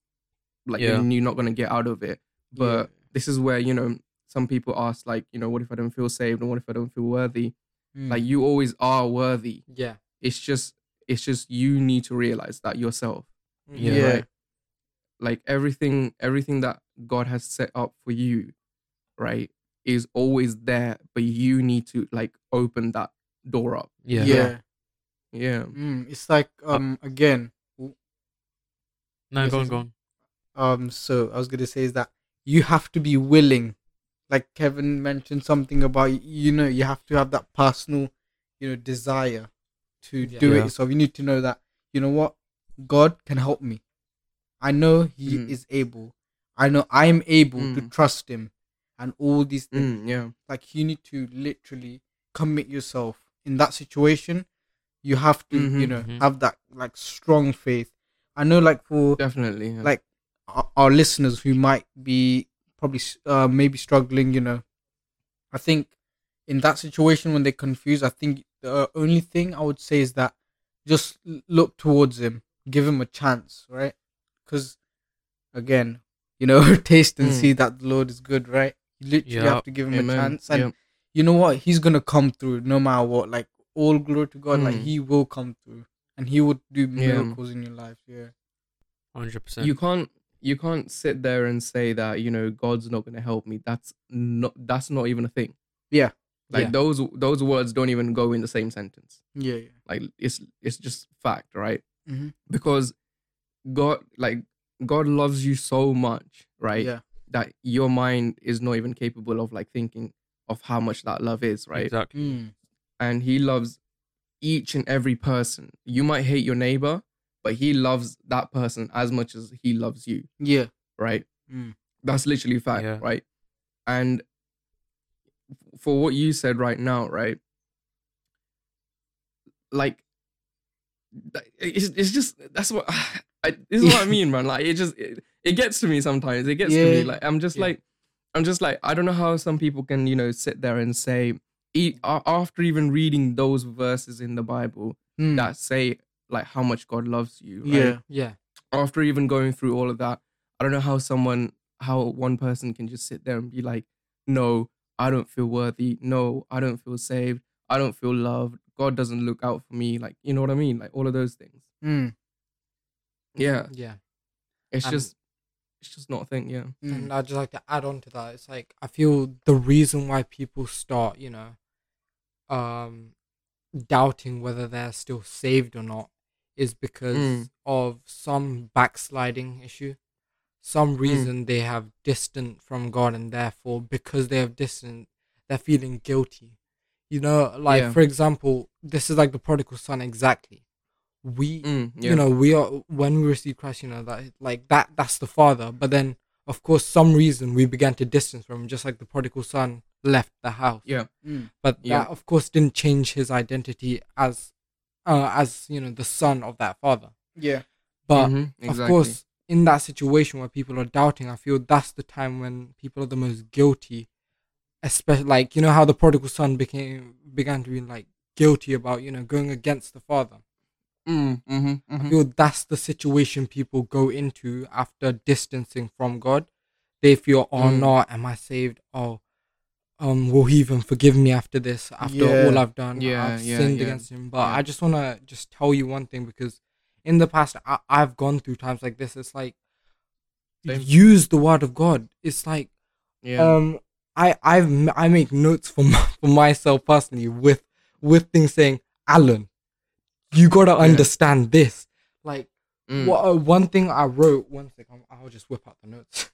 Speaker 1: like
Speaker 3: Yeah.
Speaker 1: and you're not going to get out of it but this is where you know some people ask like you know what if i don't feel saved and what if i don't feel worthy
Speaker 2: mm,
Speaker 1: like you always are worthy
Speaker 4: Yeah.
Speaker 1: it's just it's just you need to realize that yourself
Speaker 2: yeah,
Speaker 3: Yeah.
Speaker 2: yeah,
Speaker 1: right. like everything everything that god has set up for you right is always there but you need to like open that door up
Speaker 3: yeah.
Speaker 2: yeah.
Speaker 1: yeah
Speaker 2: Mm, it's like um again
Speaker 3: No,
Speaker 2: Yes,
Speaker 3: go on,
Speaker 2: yes.
Speaker 3: go on.
Speaker 2: um so i was gonna say is that you have to be willing like kevin mentioned something about you know you have to have that personal you know desire to
Speaker 4: Yeah.
Speaker 2: do
Speaker 3: Yeah.
Speaker 2: it so you need to know that you know what god can help me i know he
Speaker 1: Mm.
Speaker 2: is able i know i'm able to
Speaker 1: Mm.
Speaker 2: trust him and all these things
Speaker 1: Mm, yeah
Speaker 2: like you need to literally commit yourself in that situation you have to you
Speaker 1: Mhm.
Speaker 2: know
Speaker 3: Mhm.
Speaker 2: have that like strong faith i know like for
Speaker 1: definitely yeah.
Speaker 2: like our, our listeners who might be probably s- uh, maybe struggling you know i think in that situation when they're confused i think the only thing i would say is that just l- look towards him give him a chance right because again you know taste and
Speaker 1: Mm.
Speaker 2: see that the lord is good right you literally have
Speaker 3: Yup.
Speaker 2: to give him
Speaker 1: Amen.
Speaker 2: a chance and
Speaker 1: Yeah.
Speaker 2: you know what he's gonna come through no matter what like all glory to god like
Speaker 1: Mm.
Speaker 2: he will come through and he would do
Speaker 1: Yeah.
Speaker 2: miracles in your life yeah
Speaker 3: 100%.
Speaker 1: you can't you can't sit there and say that you know god's not going to help me that's not that's not even a thing
Speaker 2: Yeah.
Speaker 1: like
Speaker 4: Yeah.
Speaker 1: those those words don't even go in the same sentence
Speaker 2: yeah yeah
Speaker 1: like it's it's just fact right
Speaker 2: Mhm.
Speaker 1: because god like god loves you so much right
Speaker 2: yeah
Speaker 1: that your mind is not even capable of like thinking of how much that love is right
Speaker 3: Exactly.
Speaker 2: Mm.
Speaker 1: and he loves each and every person you might hate your neighbor but he loves that person as much as he loves you
Speaker 2: yeah
Speaker 1: right
Speaker 2: Mm.
Speaker 1: That's literally fact,
Speaker 3: Yeah.
Speaker 1: right? And f- for what you said right now, right? Like, th- it's, it's just that's what I, this is what I mean, man. Like, it just it, it gets to me sometimes. It gets to me.
Speaker 2: Yeah.
Speaker 1: Like, I'm just
Speaker 3: Yeah.
Speaker 1: like, I'm just like, I don't know how some people can, you know, sit there and say, e- a- after even reading those verses in the Bible
Speaker 2: Mm.
Speaker 1: that say like how much God loves you, right?
Speaker 2: yeah
Speaker 4: Yeah.
Speaker 1: after even going through all of that, I don't know how someone, how one person can just sit there and be like, no, I don't feel worthy. No, I don't feel saved. I don't feel loved. God doesn't look out for me. Like, you know what I mean? Like all of those things.
Speaker 2: mm.
Speaker 1: Yeah.
Speaker 4: Yeah.
Speaker 1: It's
Speaker 4: Um,
Speaker 1: just, it's just not a thing. Yeah.
Speaker 2: Mm.
Speaker 4: And I'd just like to add on to that. It's like I feel the reason why people start, you know, um, doubting whether they're still saved or not is because
Speaker 1: Mm.
Speaker 4: of some backsliding issue. Some
Speaker 1: Mm.
Speaker 4: reason they have distant from God, and therefore, because they have distant, they're feeling guilty. You know, like
Speaker 1: Yeah.
Speaker 4: for example, this is like the prodigal son exactly. we
Speaker 1: Mm, yeah.
Speaker 4: you know we are when we receive christ you know that like that that's the father but then of course some reason we began to distance from him just like the prodigal son left the house
Speaker 1: yeah.
Speaker 2: Mm.
Speaker 4: but
Speaker 1: Yeah.
Speaker 4: that of course didn't change his identity as uh, as you know the son of that father
Speaker 2: Yeah.
Speaker 4: but
Speaker 1: Mhm, exactly.
Speaker 4: of course in that situation where people are doubting i feel that's the time when people are the most guilty especially like you know how the prodigal son became began to be like guilty about you know going against the father
Speaker 1: Mm, mhm,
Speaker 4: I
Speaker 1: mhm.
Speaker 4: feel that's the situation people go into after distancing from God. They feel, oh
Speaker 1: Mm.
Speaker 4: no, am I saved? Oh, um, will He even forgive me after this? After
Speaker 2: Yeah.
Speaker 4: all I've done,
Speaker 1: Yeah,
Speaker 4: I've
Speaker 1: yeah,
Speaker 4: sinned
Speaker 1: yeah.
Speaker 4: against Him. But
Speaker 1: Yeah.
Speaker 4: I just wanna just tell you one thing because in the past I- I've gone through times like this. It's like
Speaker 1: Same.
Speaker 4: use the Word of God. It's like
Speaker 1: Yeah.
Speaker 4: um, I I've m- I make notes for my, for myself personally with with things saying Alan, you gotta understand this. Like
Speaker 1: Mm,
Speaker 4: wha- uh, one thing I wrote. One second, I'll just whip out the notes.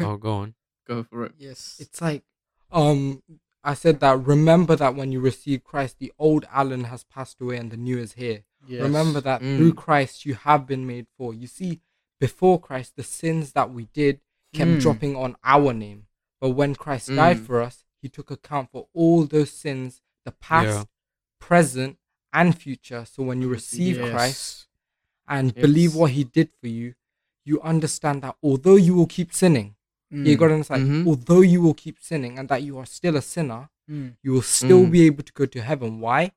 Speaker 3: oh, go on.
Speaker 1: Go for it.
Speaker 2: Yes.
Speaker 4: It's like um, I said that. Remember that when you receive Christ, the old Alan has passed away and the new is here.
Speaker 2: yes.
Speaker 4: Remember that
Speaker 1: Mm.
Speaker 4: through Christ you have been made for. You see, before Christ, the sins that we did kept
Speaker 2: Mm.
Speaker 4: dropping on our name. But when Christ died
Speaker 1: Mm.
Speaker 4: for us, he took account for all those sins, the past,
Speaker 3: Yeah.
Speaker 4: present, and future. So when you receive
Speaker 2: Yes.
Speaker 4: Christ and believe
Speaker 1: Yes.
Speaker 4: what he did for you, you understand that although you will keep sinning, you
Speaker 2: Mm.
Speaker 4: got to understand,
Speaker 1: Mhm.
Speaker 4: although you will keep sinning and that you are still a sinner,
Speaker 2: Mm.
Speaker 4: you will still
Speaker 1: Mm.
Speaker 4: be able to go to heaven. Why?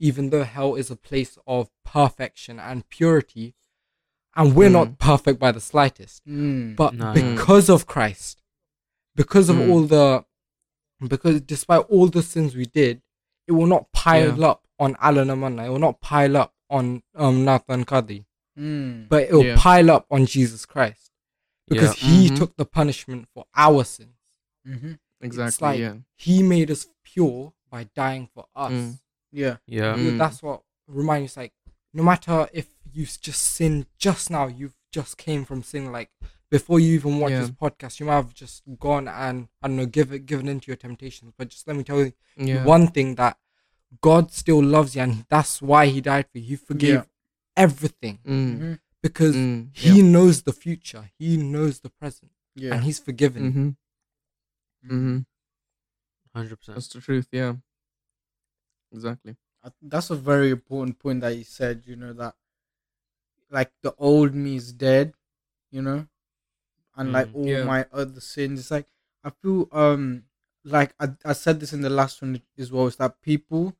Speaker 4: Even though hell is a place of perfection and purity, and we're
Speaker 1: Mm.
Speaker 4: not perfect by the slightest,
Speaker 2: Mm.
Speaker 4: but
Speaker 3: No.
Speaker 4: because of Christ, because of
Speaker 1: Mm.
Speaker 4: all the, because despite all the sins we did, it will not pile
Speaker 1: Yeah.
Speaker 4: up on Alan Amanna, it will not pile up on um, Nathan Kadi,
Speaker 2: Mm.
Speaker 4: but it will
Speaker 1: Yeah.
Speaker 4: pile up on Jesus Christ because
Speaker 3: yeah.
Speaker 4: he
Speaker 1: Mhm.
Speaker 4: took the punishment for our sins.
Speaker 2: Mhm.
Speaker 4: It's
Speaker 1: Exactly.
Speaker 4: like
Speaker 1: yeah.
Speaker 4: he made us pure by dying for us.
Speaker 1: Mm.
Speaker 2: Yeah.
Speaker 3: Yeah.
Speaker 1: Mm.
Speaker 4: You- That's what reminds us like no matter if you've just sinned just now, you've just came from sin. Like before you even watch
Speaker 1: Yeah.
Speaker 4: this podcast, you might have just gone and I don't know, given given into your temptations. But just let me tell you
Speaker 1: Yeah.
Speaker 4: one thing that God still loves you, and that's why He died for you. He forgave
Speaker 2: Yeah.
Speaker 4: everything
Speaker 1: Mm.
Speaker 2: Mhm.
Speaker 4: because
Speaker 1: Mm.
Speaker 4: He knows the future, He knows the present,
Speaker 2: Yeah. Hmm.
Speaker 4: and He's forgiven. you.
Speaker 1: Mm-hmm. Mm-hmm.
Speaker 3: Hundred percent.
Speaker 1: That's the truth. Yeah. Exactly.
Speaker 2: I- that's a very important point that you said you know that like the old me is dead you know and like
Speaker 3: Mm,
Speaker 2: all
Speaker 1: yeah.
Speaker 2: my other sins it's like i feel um like I, I said this in the last one as well is that people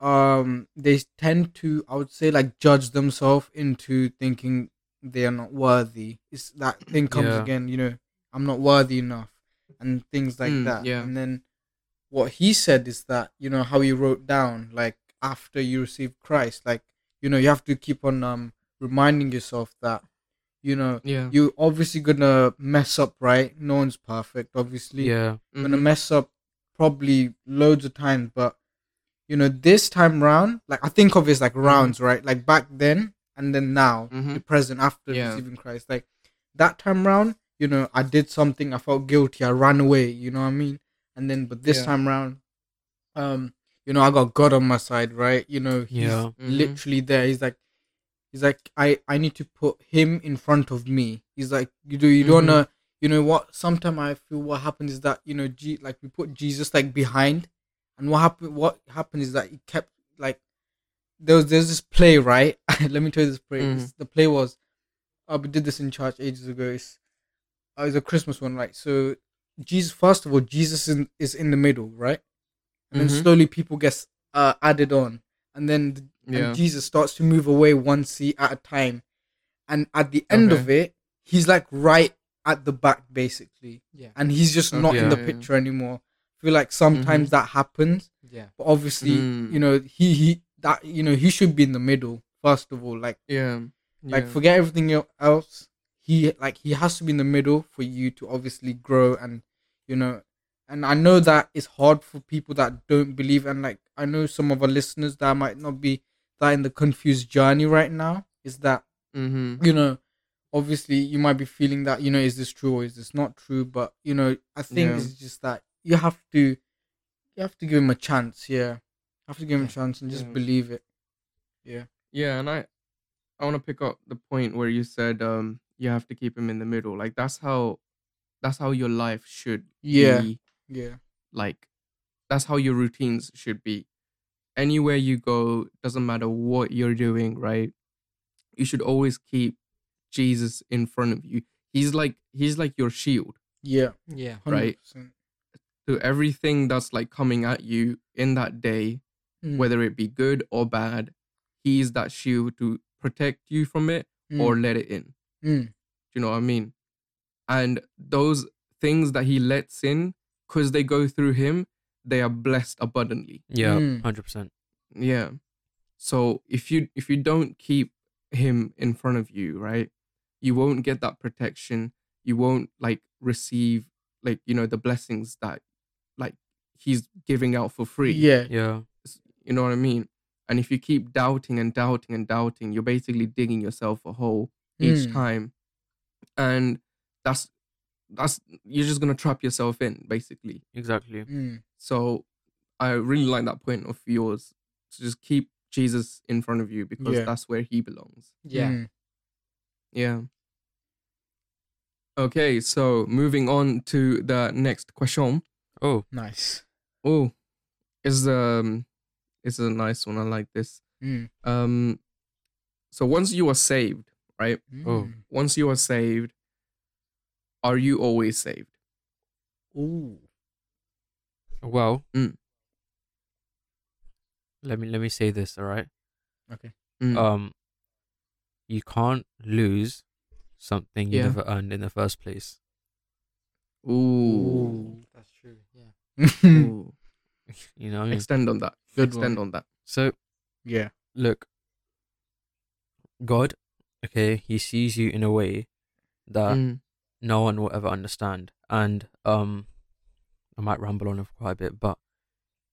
Speaker 2: um they tend to i would say like judge themselves into thinking they are not worthy it's that thing comes
Speaker 3: Yeah.
Speaker 2: again you know i'm not worthy enough and things like
Speaker 1: Mm,
Speaker 2: that
Speaker 1: yeah.
Speaker 2: and then what he said is that you know how he wrote down like after you receive christ like you know you have to keep on um reminding yourself that you know
Speaker 1: Yeah.
Speaker 2: you're obviously gonna mess up right no one's perfect obviously
Speaker 3: Yeah.
Speaker 2: gonna
Speaker 1: Mhm.
Speaker 2: mess up probably loads of times but you know this time round like i think of it as like
Speaker 1: Mm-hmm.
Speaker 2: rounds right like back then and then now
Speaker 1: Mhm.
Speaker 2: the present after
Speaker 1: Yeah.
Speaker 2: receiving christ like that time round you know i did something i felt guilty i ran away you know what i mean and then but this
Speaker 1: Yeah.
Speaker 2: time round um you know i got god on my side right you know he's
Speaker 3: Yeah.
Speaker 1: Mhm.
Speaker 2: literally there he's like he's like i i need to put him in front of me he's like you do you don't
Speaker 1: Mhm.
Speaker 2: wanna you know what sometimes i feel what happens is that you know G, like we put jesus like behind and what happened what happened is that he kept like there was there's this play right let me tell you this play
Speaker 1: Mm-hmm.
Speaker 2: this, the play was uh, we did this in church ages ago it's uh, it's a christmas one right so jesus first of all jesus in, is in the middle right and then
Speaker 1: Mhm.
Speaker 2: slowly people get uh, added on and then the,
Speaker 1: Yeah.
Speaker 2: and jesus starts to move away one seat at a time and at the end
Speaker 1: Okay.
Speaker 2: of it he's like right at the back basically
Speaker 4: Yeah,
Speaker 2: and he's just not in
Speaker 1: Oh,
Speaker 2: the
Speaker 3: Okay.
Speaker 1: Yeah. Mm-hmm.
Speaker 2: picture anymore I feel like sometimes that happens
Speaker 4: yeah.
Speaker 2: but obviously
Speaker 1: Mm.
Speaker 2: you know he he that you know he should be in the middle first of all like
Speaker 1: Yeah.
Speaker 2: like
Speaker 1: Yeah.
Speaker 2: forget everything el- else he like he has to be in the middle for you to obviously grow and you know and i know that it's hard for people that don't believe and like i know some of our listeners that might not be that in the confused journey right now is that
Speaker 1: Mm-hmm.
Speaker 2: you know obviously you might be feeling that you know is this true or is this not true but you know i think
Speaker 1: Yeah.
Speaker 2: it's just that you have to you have to give him a chance yeah have to give him a
Speaker 4: Yeah.
Speaker 2: chance and just
Speaker 1: Yeah.
Speaker 2: believe it
Speaker 1: Yeah, and I I want to pick up the point where you said um you have to keep him in the middle. Like that's how that's how your life should
Speaker 2: Yeah.
Speaker 1: be.
Speaker 2: Yeah.
Speaker 1: Like that's how your routines should be. Anywhere you go, doesn't matter what you're doing, right? You should always keep Jesus in front of you. He's like he's like your shield
Speaker 2: Yeah.
Speaker 4: Yeah.
Speaker 2: 100%.
Speaker 1: Right. to everything that's like coming at you in that day,
Speaker 2: Mm,
Speaker 1: whether it be good or bad. He's that shield to protect you from it
Speaker 2: mm,
Speaker 1: or let it in.
Speaker 2: mm,
Speaker 1: Do you know what I mean? And those things that he lets in, because they go through him, they are blessed abundantly.
Speaker 3: Yeah,
Speaker 2: Mm.
Speaker 3: hundred percent.
Speaker 1: Yeah. So if you if you don't keep him in front of you, right, you won't get that protection. You won't like receive like you know the blessings that like he's giving out for free.
Speaker 2: Yeah.
Speaker 3: Yeah,
Speaker 1: S- You know what I mean? And if you keep doubting and doubting and doubting, you're basically digging yourself a hole each
Speaker 2: Mm.
Speaker 1: time and that's that's you're just gonna trap yourself in basically
Speaker 3: exactly.
Speaker 2: Mm,
Speaker 1: so i really like that point of yours to just keep jesus in front of you because
Speaker 2: Yeah.
Speaker 1: that's where he belongs
Speaker 4: Yeah.
Speaker 2: mm.
Speaker 1: yeah okay so moving on to the next question
Speaker 3: Oh,
Speaker 2: Nice.
Speaker 1: oh is um is a nice one i like this
Speaker 2: Mm,
Speaker 1: um so once you are saved right
Speaker 3: Oh.
Speaker 2: mm.
Speaker 1: once you are saved are you always saved
Speaker 2: Ooh.
Speaker 3: well.
Speaker 1: Mm.
Speaker 3: Let me let me say this, all right?
Speaker 2: Okay.
Speaker 1: Mm.
Speaker 3: Um, you can't lose something you
Speaker 1: Yeah.
Speaker 3: never earned in the first place.
Speaker 1: Ooh.
Speaker 4: That's true. Yeah.
Speaker 1: Ooh.
Speaker 3: You know what I mean?
Speaker 1: Extend on that.
Speaker 2: Mm. Good
Speaker 1: Extend on that.
Speaker 3: So
Speaker 2: yeah.
Speaker 3: look, God, okay, He sees you in a way that
Speaker 1: Mm.
Speaker 3: no one will ever understand. And um, I might ramble on quite a bit, but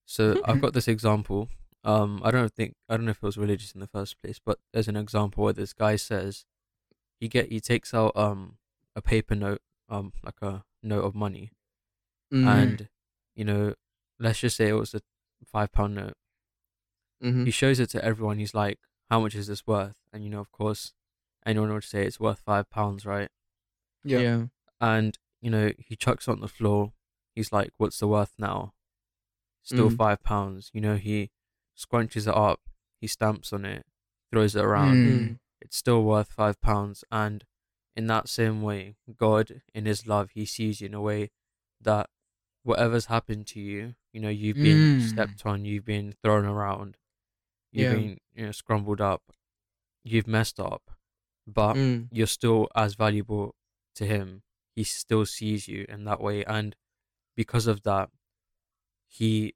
Speaker 3: so I've got this example. Um, I don't think I don't know if it was religious in the first place, but there's an example where this guy says he get he takes out um a paper note um like a note of money
Speaker 1: Mm.
Speaker 3: and you know let's just say it was a five pound note
Speaker 1: Mhm.
Speaker 3: he shows it to everyone. He's like, "How much is this worth?" And you know, of course, anyone would say it's worth five pounds, right?
Speaker 1: Yeah.
Speaker 2: Yeah.
Speaker 3: And you know, he chucks it on the floor. He's like, "What's the worth now?" Still
Speaker 1: Mm.
Speaker 3: five pounds. You know, he scrunches it up. He stamps on it, throws it around.
Speaker 2: Mm.
Speaker 3: It's still worth five pounds. And in that same way, God, in His love, He sees you in a way that whatever's happened to you, you know, you've been
Speaker 2: Mm.
Speaker 3: stepped on, you've been thrown around, you've
Speaker 1: Yeah.
Speaker 3: been you know scrambled up, you've messed up, but
Speaker 1: Mm.
Speaker 3: you're still as valuable to Him. He still sees you in that way, and because of that, He,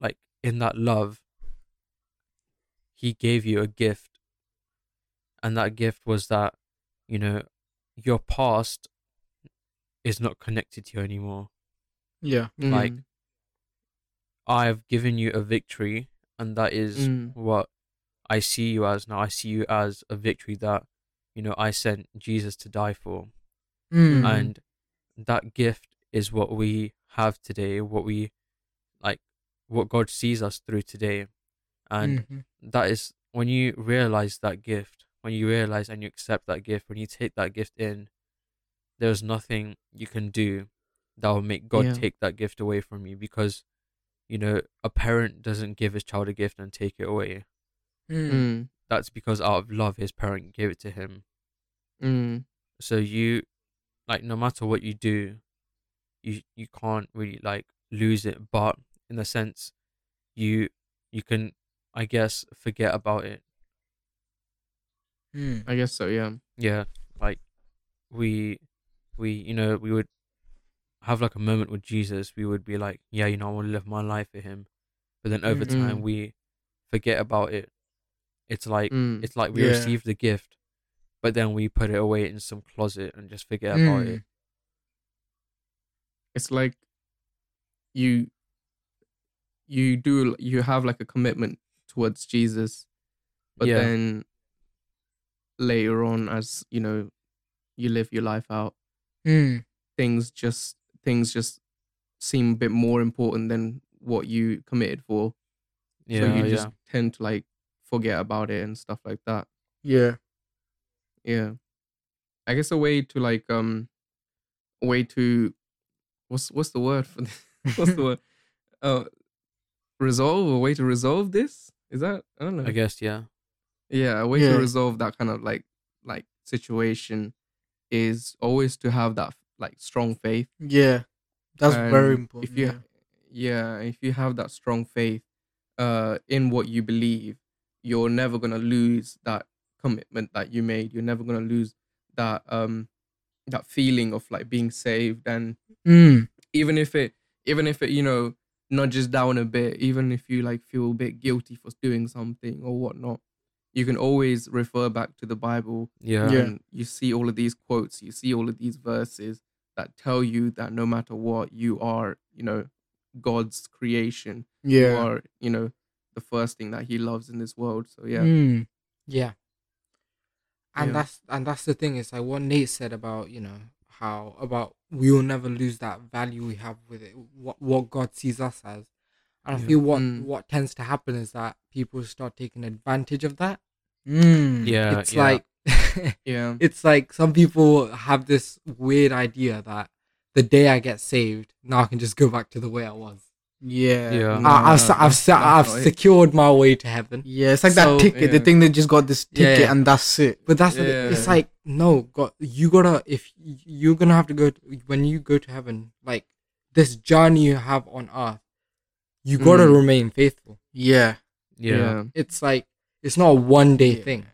Speaker 3: like in that love, He gave you a gift, and that gift was that, you know, your past is not connected to you anymore.
Speaker 2: Yeah.
Speaker 3: Like,
Speaker 1: Mm.
Speaker 3: I have given you a victory, and that is
Speaker 1: Mm.
Speaker 3: what I see you as now. I see you as a victory that, you know, I sent Jesus to die for.
Speaker 2: Mm.
Speaker 1: I-
Speaker 3: And that gift is what we have today, what we like, what God sees us through today. And
Speaker 2: Mhm.
Speaker 3: that is when you realize that gift, when you realize and you accept that gift, when you take that gift in, there's nothing you can do that will make God
Speaker 1: Yeah.
Speaker 3: take that gift away from you because, you know, a parent doesn't give his child a gift and take it away.
Speaker 2: Mm.
Speaker 1: Mm.
Speaker 3: That's because out of love, his parent gave it to him.
Speaker 1: Mm.
Speaker 3: So you, like, no matter what you do, you you can't really like lose it. But in the sense, you you can, I guess, forget about it.
Speaker 2: Mm.
Speaker 1: I guess so. Yeah.
Speaker 3: yeah like we we you know we would have like a moment with jesus we would be like yeah you know i want to live my life for him but then over
Speaker 2: Mm.
Speaker 3: time
Speaker 1: Mm.
Speaker 3: we forget about it it's like
Speaker 1: Mm.
Speaker 3: it's like we
Speaker 2: Yeah.
Speaker 3: received the gift but then we put it away in some closet and just forget about it
Speaker 1: It's like you you do you have like a commitment towards Jesus, but
Speaker 3: Yeah.
Speaker 1: then later on, as you know, you live your life out,
Speaker 2: Mm.
Speaker 1: things just things just seem a bit more important than what you committed for.
Speaker 3: yeah
Speaker 1: so you
Speaker 3: yeah
Speaker 1: just tend to like forget about it and stuff like that.
Speaker 2: Yeah.
Speaker 1: Yeah. I guess a way to like um a way to what's what's the word for this? what's the word? Uh resolve a way to resolve this? Is that I don't know.
Speaker 3: I guess, yeah.
Speaker 1: Yeah, a way
Speaker 2: Yeah.
Speaker 1: to resolve that kind of like like situation is always to have that like strong faith.
Speaker 2: Yeah. That's very
Speaker 1: And
Speaker 2: important.
Speaker 1: If you, yeah. if you have that strong faith uh, in what you believe, you're never gonna lose that commitment that you made. You're never gonna lose that um that feeling of like being saved, and
Speaker 2: yeah. Mm.
Speaker 1: even if it, even if it, you know, nudges down a bit, even if you like feel a bit guilty for doing something or whatnot, you can always refer back to the Bible
Speaker 3: Yeah.
Speaker 2: Yeah.
Speaker 1: and you see all of these quotes, you see all of these verses that tell you that no matter what, you are, you know, God's creation. You
Speaker 2: Yeah.
Speaker 1: are, you know, the first thing that He loves in this world. So yeah,
Speaker 2: Mm.
Speaker 4: Yeah. And
Speaker 1: Yeah.
Speaker 4: that's and that's the thing is like what Nate said about you know how about we will never lose that value we have with it what what God sees us as, and I
Speaker 3: Yeah.
Speaker 4: feel what
Speaker 1: Mm.
Speaker 4: what tends to happen is that people start taking advantage of that.
Speaker 2: Mm.
Speaker 3: Yeah.
Speaker 4: it's
Speaker 3: yeah.
Speaker 4: like
Speaker 1: yeah,
Speaker 4: it's like some people have this weird idea that the day I get saved, now I can just go back to the way I was.
Speaker 2: Yeah.
Speaker 3: Yeah.
Speaker 1: No,
Speaker 4: I, I've
Speaker 1: no,
Speaker 4: se- I've
Speaker 1: that's-
Speaker 4: se-
Speaker 1: that's
Speaker 4: I've
Speaker 1: not it.
Speaker 4: secured my way to heaven.
Speaker 2: Yeah, it's like
Speaker 4: So-
Speaker 2: that ticket. They
Speaker 1: Yeah.
Speaker 2: think they just got this
Speaker 4: Yeah,
Speaker 2: ticket
Speaker 4: yeah.
Speaker 2: and that's it.
Speaker 4: But that's the thing. it's
Speaker 1: Yeah.
Speaker 4: like no, God, you gotta if y- you're gonna have to go to, when you go to heaven, like this journey you have on earth, you gotta
Speaker 1: Mm.
Speaker 4: remain faithful.
Speaker 2: Yeah.
Speaker 3: yeah.
Speaker 4: It's like it's not a one day
Speaker 2: Yeah.
Speaker 4: thing.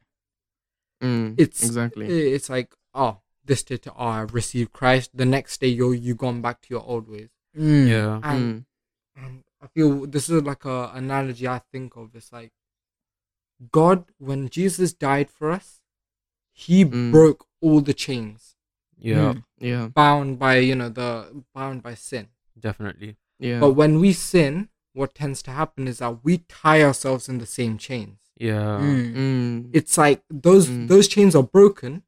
Speaker 1: Mm,
Speaker 4: It's
Speaker 1: exactly.
Speaker 4: i- It's like oh, this day to oh, I've received Christ. The next day you you gone back to your old ways.
Speaker 2: Mm.
Speaker 3: Yeah.
Speaker 4: And
Speaker 1: Mm,
Speaker 4: and I feel this is like a analogy I think of. It's like God when Jesus died for us, He
Speaker 1: Mm.
Speaker 4: broke all the chains.
Speaker 3: Yeah.
Speaker 2: Mm.
Speaker 1: yeah,
Speaker 4: bound by you know the bound by sin
Speaker 3: Definitely.
Speaker 1: yeah,
Speaker 4: but when we sin what tends to happen is that we tie ourselves in the same chains
Speaker 3: Yeah.
Speaker 2: Mm.
Speaker 1: mm,
Speaker 4: it's like those
Speaker 1: Mm. Mm-hmm.
Speaker 4: those chains are broken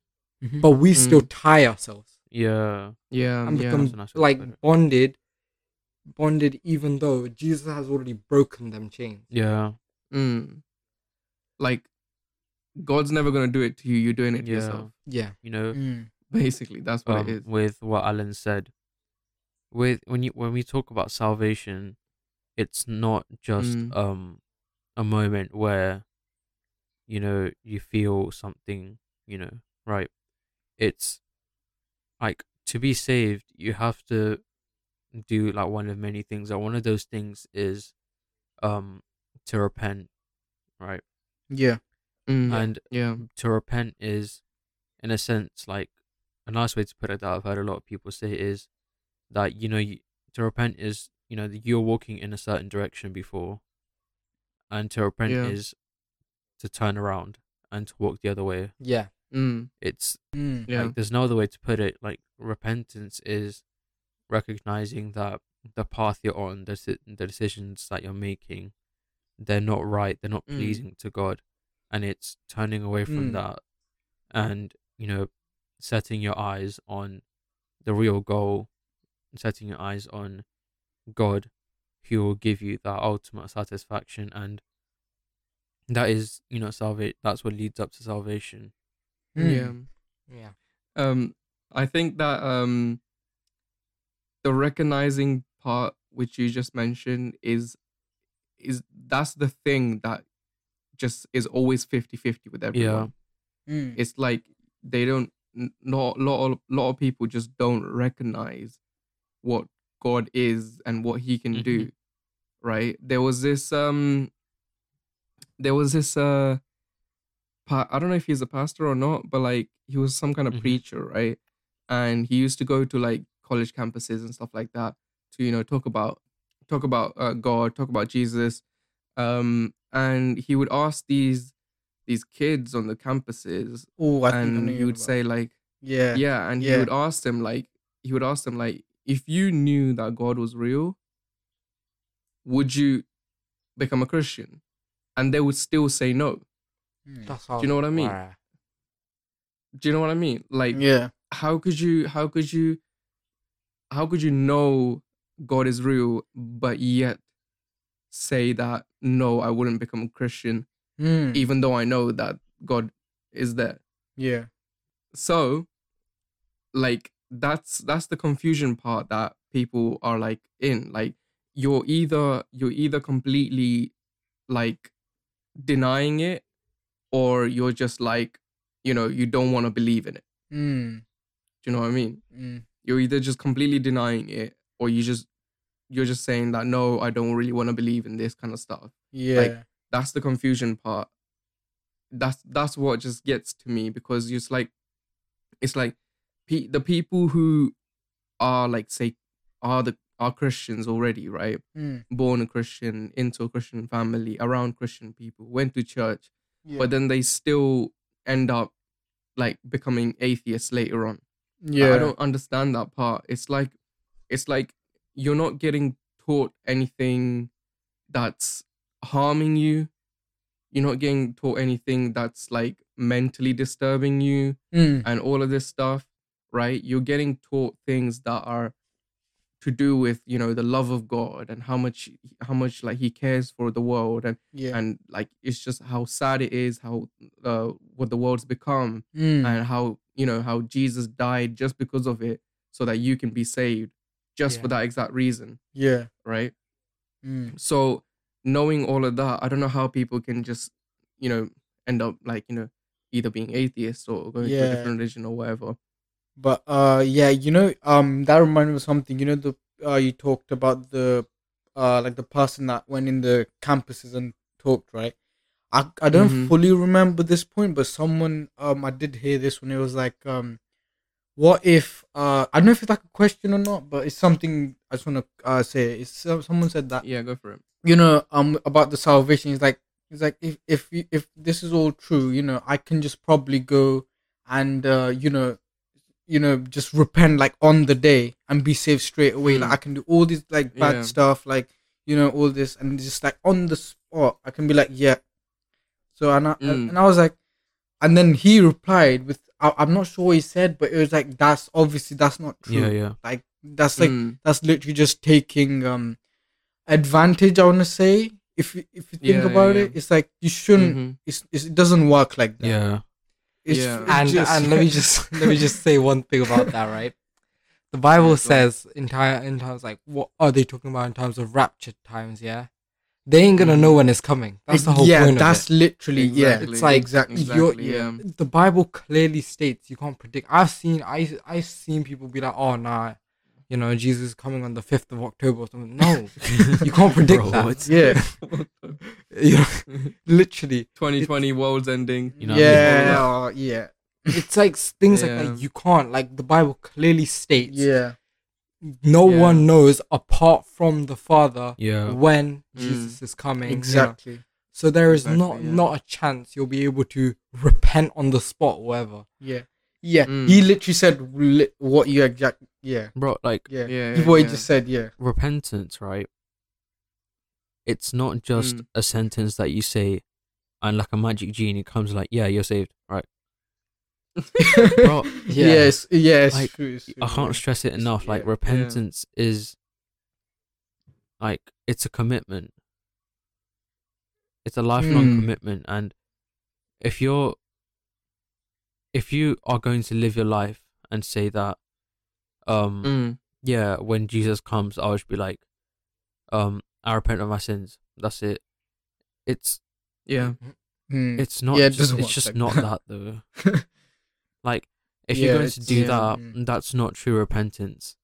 Speaker 2: Mhm.
Speaker 4: but we still tie ourselves
Speaker 3: Yeah.
Speaker 1: yeah,
Speaker 4: and
Speaker 1: Um, yeah,
Speaker 4: become
Speaker 3: That's a nice way to
Speaker 4: like
Speaker 3: put it.
Speaker 4: bonded bonded even though jesus has already broken them chains
Speaker 3: Yeah.
Speaker 1: mm. Like God's never gonna do it to you. You're doing it to
Speaker 3: Yeah.
Speaker 1: yourself.
Speaker 4: yeah
Speaker 3: You know,
Speaker 2: Mm.
Speaker 1: Basically, that's what it
Speaker 3: um,
Speaker 1: is.
Speaker 3: with what Alan said. With when you when we talk about salvation, it's not just
Speaker 1: Mm.
Speaker 3: um a moment where you know you feel something, you know, right. It's like to be saved, you have to do like one of many things. Like one of those things is um to repent, right?
Speaker 2: Yeah.
Speaker 1: Mm,
Speaker 3: And
Speaker 1: yeah,
Speaker 3: to repent is, in a sense, like a nice way to put it that I've heard a lot of people say is that you know you, to repent is you know that you're walking in a certain direction before, and to repent
Speaker 1: Yeah.
Speaker 3: is to turn around and to walk the other way.
Speaker 4: yeah
Speaker 1: mm,
Speaker 3: It's
Speaker 2: Mm.
Speaker 1: yeah,
Speaker 3: like there's no other way to put it. Like repentance is recognizing that the path you're on, the deci- the decisions that you're making, they're not right. They're not
Speaker 1: Mm.
Speaker 3: pleasing to God, and it's turning away from
Speaker 2: Mm.
Speaker 3: that, and you know, setting your eyes on the real goal, setting your eyes on God, who will give you that ultimate satisfaction, and that is you know salvation. That's what leads up to salvation.
Speaker 2: Mm.
Speaker 1: yeah.
Speaker 4: yeah
Speaker 1: um i think that um the recognizing part which you just mentioned is is that's the thing that just is always 50-50 with everyone
Speaker 2: Mm.
Speaker 1: it's like they don't n- not a lot of, lot of people just don't recognize what god is and what he can
Speaker 3: Mhm.
Speaker 1: do right there was this um there was this uh pa- I don't know if he's a pastor or not, but like he was some kind of
Speaker 3: Mhm.
Speaker 1: preacher, right? And he used to go to like college campuses and stuff like that to you know talk about talk about uh, God, talk about Jesus, um, and he would ask these these kids on the campuses,
Speaker 2: Oh, I think I
Speaker 1: and
Speaker 2: know
Speaker 1: he
Speaker 2: you're
Speaker 1: would
Speaker 2: about-
Speaker 1: say like,
Speaker 2: Yeah.
Speaker 1: yeah, and he
Speaker 2: Yeah.
Speaker 1: would ask them like, he would ask them like, if you knew that God was real, would you become a Christian? And they would still say no.
Speaker 2: Mm.
Speaker 4: that's how
Speaker 1: you know what I mean?
Speaker 4: Wow.
Speaker 1: Do you know what I mean? Like,
Speaker 2: Yeah.
Speaker 1: how could you how could you how could you know god is real but yet say that no i wouldn't become a christian
Speaker 2: Mm.
Speaker 1: even though i know that god is there.
Speaker 2: Yeah.
Speaker 1: So, like that's that's the confusion part that people are like in. Like you're either you're either completely like denying it, or you're just like you know you don't want to believe in it.
Speaker 2: Mm.
Speaker 1: Do you know what I mean?
Speaker 2: Mm.
Speaker 1: You're either just completely denying it, or you just you're just saying that no, I don't really want to believe in this kind of stuff.
Speaker 2: Yeah.
Speaker 1: that's the confusion part that's that's what just gets to me because it's like it's like pe- the people who are like say are the are christians already right
Speaker 2: mm.
Speaker 1: born a christian into a christian family around christian people went to church
Speaker 2: Yeah.
Speaker 1: but then they still end up like becoming atheists later on I-
Speaker 2: yeah.
Speaker 1: I don't understand that part. It's like it's like you're not getting taught anything that's harming you. You're not getting taught anything that's like mentally disturbing you
Speaker 2: Mm.
Speaker 1: and all of this stuff, right? You're getting taught things that are to do with, you know, the love of God and how much how much like he cares for the world and
Speaker 2: Yeah.
Speaker 1: and like it's just how sad it is, how uh, what the world's become
Speaker 2: Mm.
Speaker 1: and how you know how Jesus died just because of it, so that you can be saved, just for
Speaker 4: Yeah.
Speaker 1: that exact reason,
Speaker 2: yeah.
Speaker 1: right?
Speaker 2: Mm.
Speaker 1: So knowing all of that, I don't know how people can just you know end up like you know either being atheists or going to a
Speaker 2: Yeah.
Speaker 1: different religion or whatever.
Speaker 2: But uh, yeah, you know, um, that reminded me of something. You know, the uh, you talked about the uh, like the person that went in the campuses and talked, right? I I don't
Speaker 1: Mhm.
Speaker 2: fully remember this point, but someone um, I did hear this when it was like um, what if uh, I don't know if it's like a question or not, but it's something I just want to uh say. It's uh, someone said that
Speaker 1: Yeah, go for it.
Speaker 2: you know um about the salvation he's like he's like if if you- if this is all true you know i can just probably go and uh you know you know just repent like on the day and be saved straight away like
Speaker 1: Hmm.
Speaker 2: i can do all this like bad
Speaker 1: Yeah.
Speaker 2: stuff like you know all this and just like on the spot i can be like yeah so and i
Speaker 1: Mm.
Speaker 2: and i was like and then he replied with I, i'm not sure what he said but it was like that's obviously that's not true
Speaker 3: Yeah, yeah.
Speaker 2: like that's like
Speaker 1: Mm,
Speaker 2: that's literally just taking um advantage i want to say if you if you think
Speaker 1: Yeah,
Speaker 2: about
Speaker 1: yeah,
Speaker 2: it it's like you shouldn't
Speaker 1: mhm.
Speaker 2: it's, it's, it doesn't work like that
Speaker 3: Yeah.
Speaker 2: it's
Speaker 1: Yeah.
Speaker 2: it's
Speaker 4: and
Speaker 2: just-
Speaker 4: and let me just let me just say one thing about that, right? The Bible
Speaker 1: go on.
Speaker 4: says entire in times like what are they talking about in terms of rapture times? Yeah, they ain't gonna know when it's coming. Mm. That's the whole
Speaker 2: yeah
Speaker 4: point.
Speaker 2: that's
Speaker 4: of
Speaker 2: literally
Speaker 1: Exactly,
Speaker 2: yeah
Speaker 4: It's like-
Speaker 2: exactly
Speaker 4: you're-
Speaker 1: exactly. Yeah.
Speaker 4: it. the Bible clearly states you can't predict. I've seen I I've seen people be like, oh nah, you know Jesus is coming on the fifth of October or something. No, you can't predict
Speaker 3: Bro,
Speaker 4: that.
Speaker 3: what?
Speaker 2: yeah
Speaker 4: You know, literally,
Speaker 1: 2020 world's ending.
Speaker 3: You know what I mean?
Speaker 2: yeah uh, yeah
Speaker 4: it's like s- things like
Speaker 1: Yeah.
Speaker 4: that. You can't like the Bible clearly states.
Speaker 2: yeah
Speaker 4: no
Speaker 1: Yeah.
Speaker 4: one knows apart from the father
Speaker 3: Yeah.
Speaker 4: when
Speaker 1: Mm.
Speaker 4: Jesus is coming. you know.
Speaker 2: exactly
Speaker 4: So there is
Speaker 1: Exactly,
Speaker 4: not
Speaker 1: yeah.
Speaker 4: not a chance you'll be able to repent on the spot or whatever.
Speaker 2: yeah yeah
Speaker 1: Mm.
Speaker 2: he literally said li- what you exact yeah
Speaker 3: Bro, like
Speaker 2: yeah,
Speaker 1: Yeah,
Speaker 2: He- what he
Speaker 1: yeah.
Speaker 2: just said yeah
Speaker 3: repentance, right? It's not just
Speaker 1: Mm.
Speaker 3: a sentence that you say and like a magic genie comes like, Yeah, you're saved. Right. Bro,
Speaker 2: yes yes
Speaker 3: Like,
Speaker 2: true, it's true,
Speaker 3: I can't
Speaker 2: yeah.
Speaker 3: stress it
Speaker 2: It's-
Speaker 3: enough. Like
Speaker 2: yeah, yeah.
Speaker 3: repentance is like it's a commitment. It's a lifelong
Speaker 2: Hmm.
Speaker 3: commitment and if you're if you are going to live your life and say that um
Speaker 1: Mm,
Speaker 3: yeah, when Jesus comes, I'll just be like, um, I repent of my sins. That's it. It's
Speaker 1: yeah.
Speaker 2: Hmm.
Speaker 3: it's not
Speaker 2: Yeah, it
Speaker 3: just,
Speaker 2: doesn't
Speaker 3: it's
Speaker 2: work
Speaker 3: just
Speaker 2: like
Speaker 3: not
Speaker 2: that.
Speaker 3: that though. Like if
Speaker 2: Yeah,
Speaker 3: you're going to
Speaker 2: it's-
Speaker 3: do
Speaker 1: yeah.
Speaker 3: that,
Speaker 2: Mm.
Speaker 3: that's not true repentance.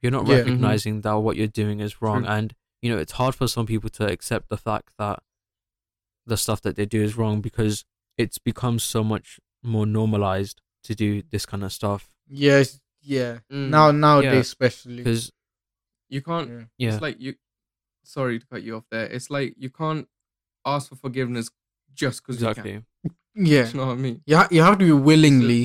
Speaker 3: You're not
Speaker 2: Yeah. Mhm.
Speaker 3: recognizing that what you're doing is wrong,
Speaker 1: True.
Speaker 3: and you know it's hard for some people to accept the fact that the stuff that they do is wrong because it's become so much more normalized to do this kind of stuff.
Speaker 2: yes yeah
Speaker 1: Mm.
Speaker 2: now nowadays especially
Speaker 3: Because
Speaker 1: you can't
Speaker 2: yeah.
Speaker 3: yeah,
Speaker 1: It's like you. Sorry to cut you off there. It's like you can't ask for forgiveness just because you
Speaker 3: exactly.
Speaker 2: yeah
Speaker 1: can. You know what I mean?
Speaker 2: you, ha- you have to be willingly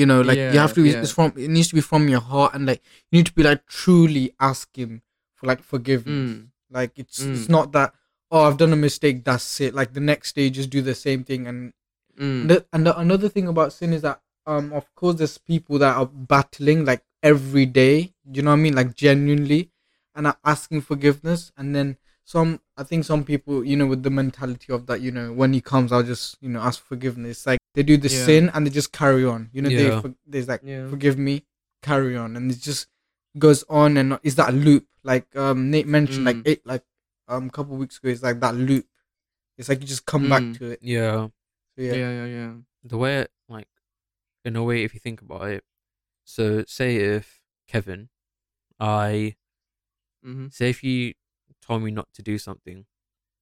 Speaker 2: you know like you have
Speaker 1: Yeah,
Speaker 2: to be
Speaker 1: yeah.
Speaker 2: it's from it needs to be from your heart and like you need to be like truly asking for like forgiveness
Speaker 1: Mm.
Speaker 2: like it's it's
Speaker 1: Mm.
Speaker 2: not that oh i've done a mistake that's it like the next day just do the same thing and
Speaker 1: Mm.
Speaker 2: the, and the, another thing about sin is that um of course there's people that are battling like every day you know what i mean like genuinely and are asking forgiveness and then some I think some people, you know, with the mentality of that, you know, when he comes, I'll just, you know, ask for forgiveness. Like they do the
Speaker 1: Yeah.
Speaker 2: sin and they just carry on. You know,
Speaker 3: Yeah.
Speaker 2: they for, there's like
Speaker 1: Yeah.
Speaker 2: forgive me, carry on, and it just goes on and on. is that a loop? Like um Nate mentioned, like
Speaker 1: Mm.
Speaker 2: it like um a couple weeks ago, it's like that loop. It's like you just come
Speaker 1: Mm.
Speaker 2: back to it.
Speaker 3: Yeah.
Speaker 2: So,
Speaker 1: Yeah,
Speaker 2: yeah.
Speaker 1: yeah, yeah.
Speaker 3: the way it, like in a way if you think about it so say if kevin i
Speaker 1: Mm-hmm.
Speaker 3: say if you told me not to do something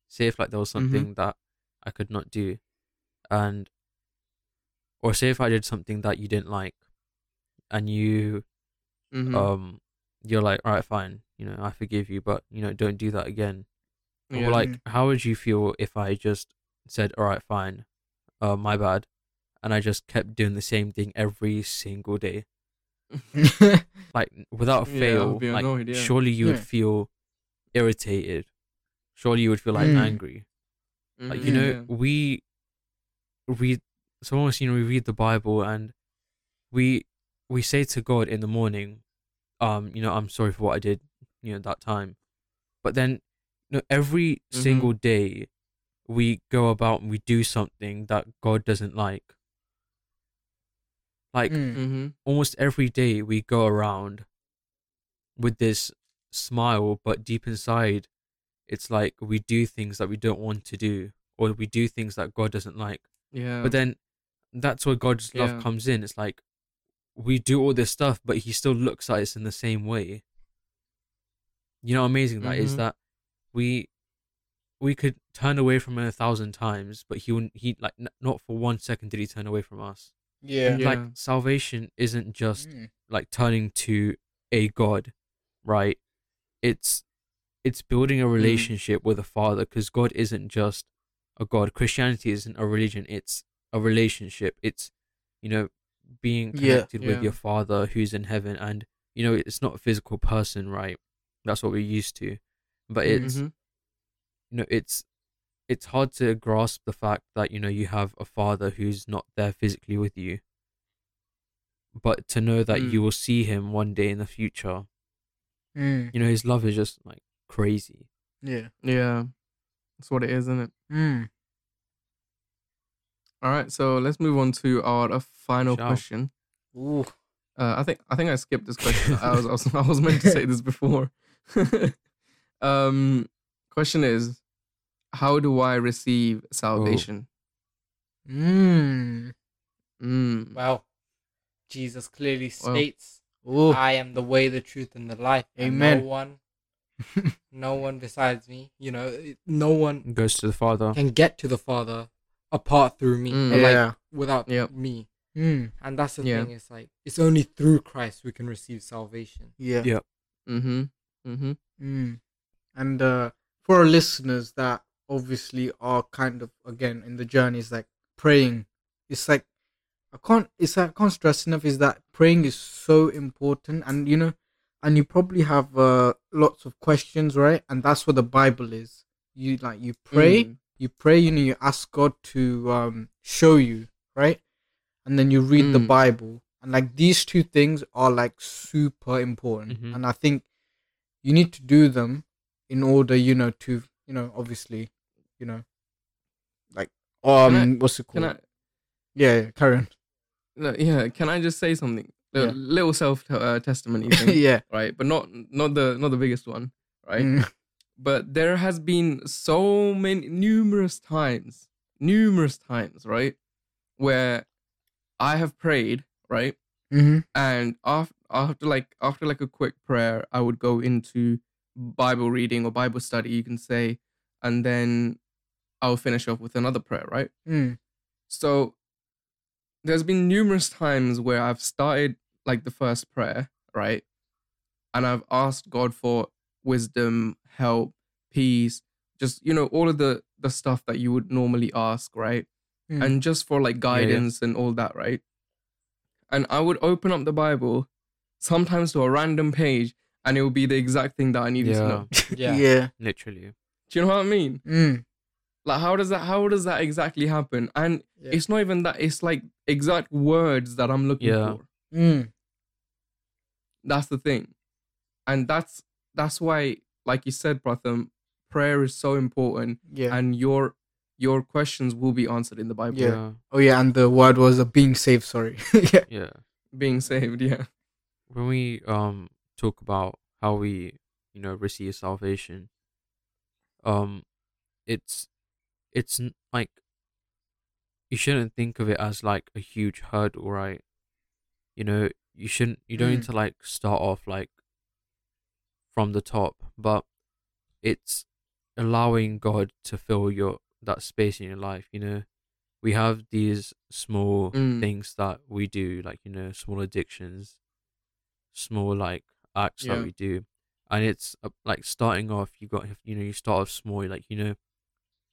Speaker 3: say if like there was something that i could not do and or say if i did something that you didn't like and you
Speaker 1: Mm-hmm.
Speaker 3: um you're like all right fine you know i forgive you but you know don't do that again
Speaker 1: yeah.
Speaker 3: or like
Speaker 2: Mm.
Speaker 3: how would you feel if i just said all right fine uh my bad and i just kept doing the same thing every single day like without
Speaker 1: Yeah, I would
Speaker 3: fail
Speaker 1: be
Speaker 3: like
Speaker 1: annoyed, yeah.
Speaker 3: surely you would
Speaker 2: Yeah.
Speaker 3: feel irritated surely you would feel like
Speaker 2: Mm.
Speaker 3: angry like you
Speaker 1: Mhm,
Speaker 3: know
Speaker 1: yeah.
Speaker 3: we read some of us you know we read the bible and we we say to god in the morning um you know i'm sorry for what i did you know that time but then you know, every
Speaker 1: Mhm.
Speaker 3: single day we go about and we do something that god doesn't like like
Speaker 2: Mm.
Speaker 1: Mhm.
Speaker 3: almost every day we go around with this smile, but deep inside, it's like we do things that we don't want to do, or we do things that God doesn't like.
Speaker 1: Yeah.
Speaker 3: But then that's where God's love
Speaker 1: Yeah.
Speaker 3: comes in. It's like we do all this stuff, but He still looks at us in the same way. You know, how amazing that is
Speaker 1: Mhm.
Speaker 3: that we we could turn away from him a thousand times, but he wouldn't. He like n- not for one second did he turn away from us.
Speaker 2: yeah.
Speaker 1: Yeah.
Speaker 3: Like salvation isn't just
Speaker 2: Mm.
Speaker 3: like turning to a god right it's it's building a relationship with a father because god isn't just a god christianity isn't a religion it's a relationship it's you know being
Speaker 2: Yeah.
Speaker 3: connected with
Speaker 1: Yeah.
Speaker 3: your father who's in heaven and you know it's not a physical person right that's what we're used to but it's
Speaker 1: Mhm.
Speaker 3: you know it's it's hard to grasp the fact that you know you have a father who's not there physically with you but to know that you
Speaker 1: Mm.
Speaker 3: will see him one day in the future
Speaker 2: Mm.
Speaker 3: you know his love is just like crazy
Speaker 2: Yeah.
Speaker 1: yeah. That's what it is, isn't it?
Speaker 2: Mm.
Speaker 1: All right. So let's move on to our uh, final
Speaker 3: Ciao.
Speaker 1: question.
Speaker 2: Ooh.
Speaker 1: Uh, I think I think I skipped this question. I was I was, I was meant to say this before. um, question is, how do I receive salvation?
Speaker 2: Mm.
Speaker 3: Oh.
Speaker 1: Mm.
Speaker 4: Well, Jesus clearly
Speaker 1: Well. oh.
Speaker 4: states,
Speaker 2: Ooh.
Speaker 4: "I am the way, the truth, and the life." and
Speaker 2: Amen.
Speaker 4: no one, no one besides me. You know, it- no one
Speaker 3: goes to the father
Speaker 4: can get to the Father apart through me.
Speaker 1: Mm.
Speaker 4: or, like,
Speaker 2: Yeah.
Speaker 4: without
Speaker 1: Yep.
Speaker 4: me.
Speaker 2: Mm.
Speaker 4: And that's the
Speaker 1: Yeah.
Speaker 4: thing. It's like it's only through Christ we can receive salvation.
Speaker 2: Yeah.
Speaker 3: yeah
Speaker 1: Mm-hmm. Mm-hmm.
Speaker 2: Mm. And uh, for our listeners that obviously are kind of again in the journey, is like praying. It's like I can't. It's I can't stress enough is that praying is so important, and you know, and you probably have uh, lots of questions, right? And that's what the Bible is. You like you pray,
Speaker 1: Mm.
Speaker 2: you pray, you know, you ask God to um, show you, right? And then you read the
Speaker 1: Mm.
Speaker 2: Bible. And like these two things are like super important.
Speaker 1: Mm-hmm.
Speaker 3: Mhm.
Speaker 2: And I think you need to do them in order, you know, to, you know, obviously, you know, like, um,
Speaker 1: I-
Speaker 2: what's it called?
Speaker 1: Can I?
Speaker 2: yeah, yeah, carry on.
Speaker 1: no, yeah. Can I just say something? A
Speaker 2: Yeah.
Speaker 1: Little self uh, testimony thing,
Speaker 2: yeah.
Speaker 1: right? But not not the not the biggest one, right?
Speaker 2: Mm.
Speaker 1: but there has been so many numerous times numerous times right where i have prayed right
Speaker 2: Mhm.
Speaker 1: and after after like after like a quick prayer i would go into bible reading or bible study you can say and then i'll finish off with another prayer right
Speaker 2: Mm.
Speaker 1: so there's been numerous times where I've started like the first prayer, right? And I've asked God for wisdom, help, peace, just you know, all of the the stuff that you would normally ask, right?
Speaker 2: Mm.
Speaker 1: And just for like
Speaker 3: Hmm. yeah.
Speaker 1: guidance and all that, right? And I would open up the Bible sometimes to a random page and it would be the exact thing that I needed to know.
Speaker 2: yeah.
Speaker 4: Yeah.
Speaker 3: literally
Speaker 1: Do you know what I mean?
Speaker 2: Mm.
Speaker 1: Like how does that how does that exactly happen? And
Speaker 4: Yeah.
Speaker 1: it's not even that it's like exact words that I'm looking
Speaker 3: Yeah.
Speaker 1: for.
Speaker 2: Mm.
Speaker 1: That's the thing. And that's that's why, like you said, Pratham, prayer is so important,
Speaker 2: Yeah.
Speaker 1: and your your questions will be answered in the Bible.
Speaker 2: Yeah. oh yeah, and the word was uh, being saved. Sorry. yeah.
Speaker 3: yeah, yeah.
Speaker 1: Being saved, yeah.
Speaker 3: When we um talk about how we you know receive salvation, um, it's it's n- like you shouldn't think of it as like a huge hurdle, right? You know, you shouldn't. You don't need
Speaker 2: Mm.
Speaker 3: to like start off like from the top, but it's allowing God to fill your that space in your life. You know, we have these small
Speaker 1: Mm.
Speaker 3: things that we do, like you know, small addictions, small like acts
Speaker 2: Yeah.
Speaker 3: that we do, and it's uh, like starting off. You got you know, you start off small, like you know,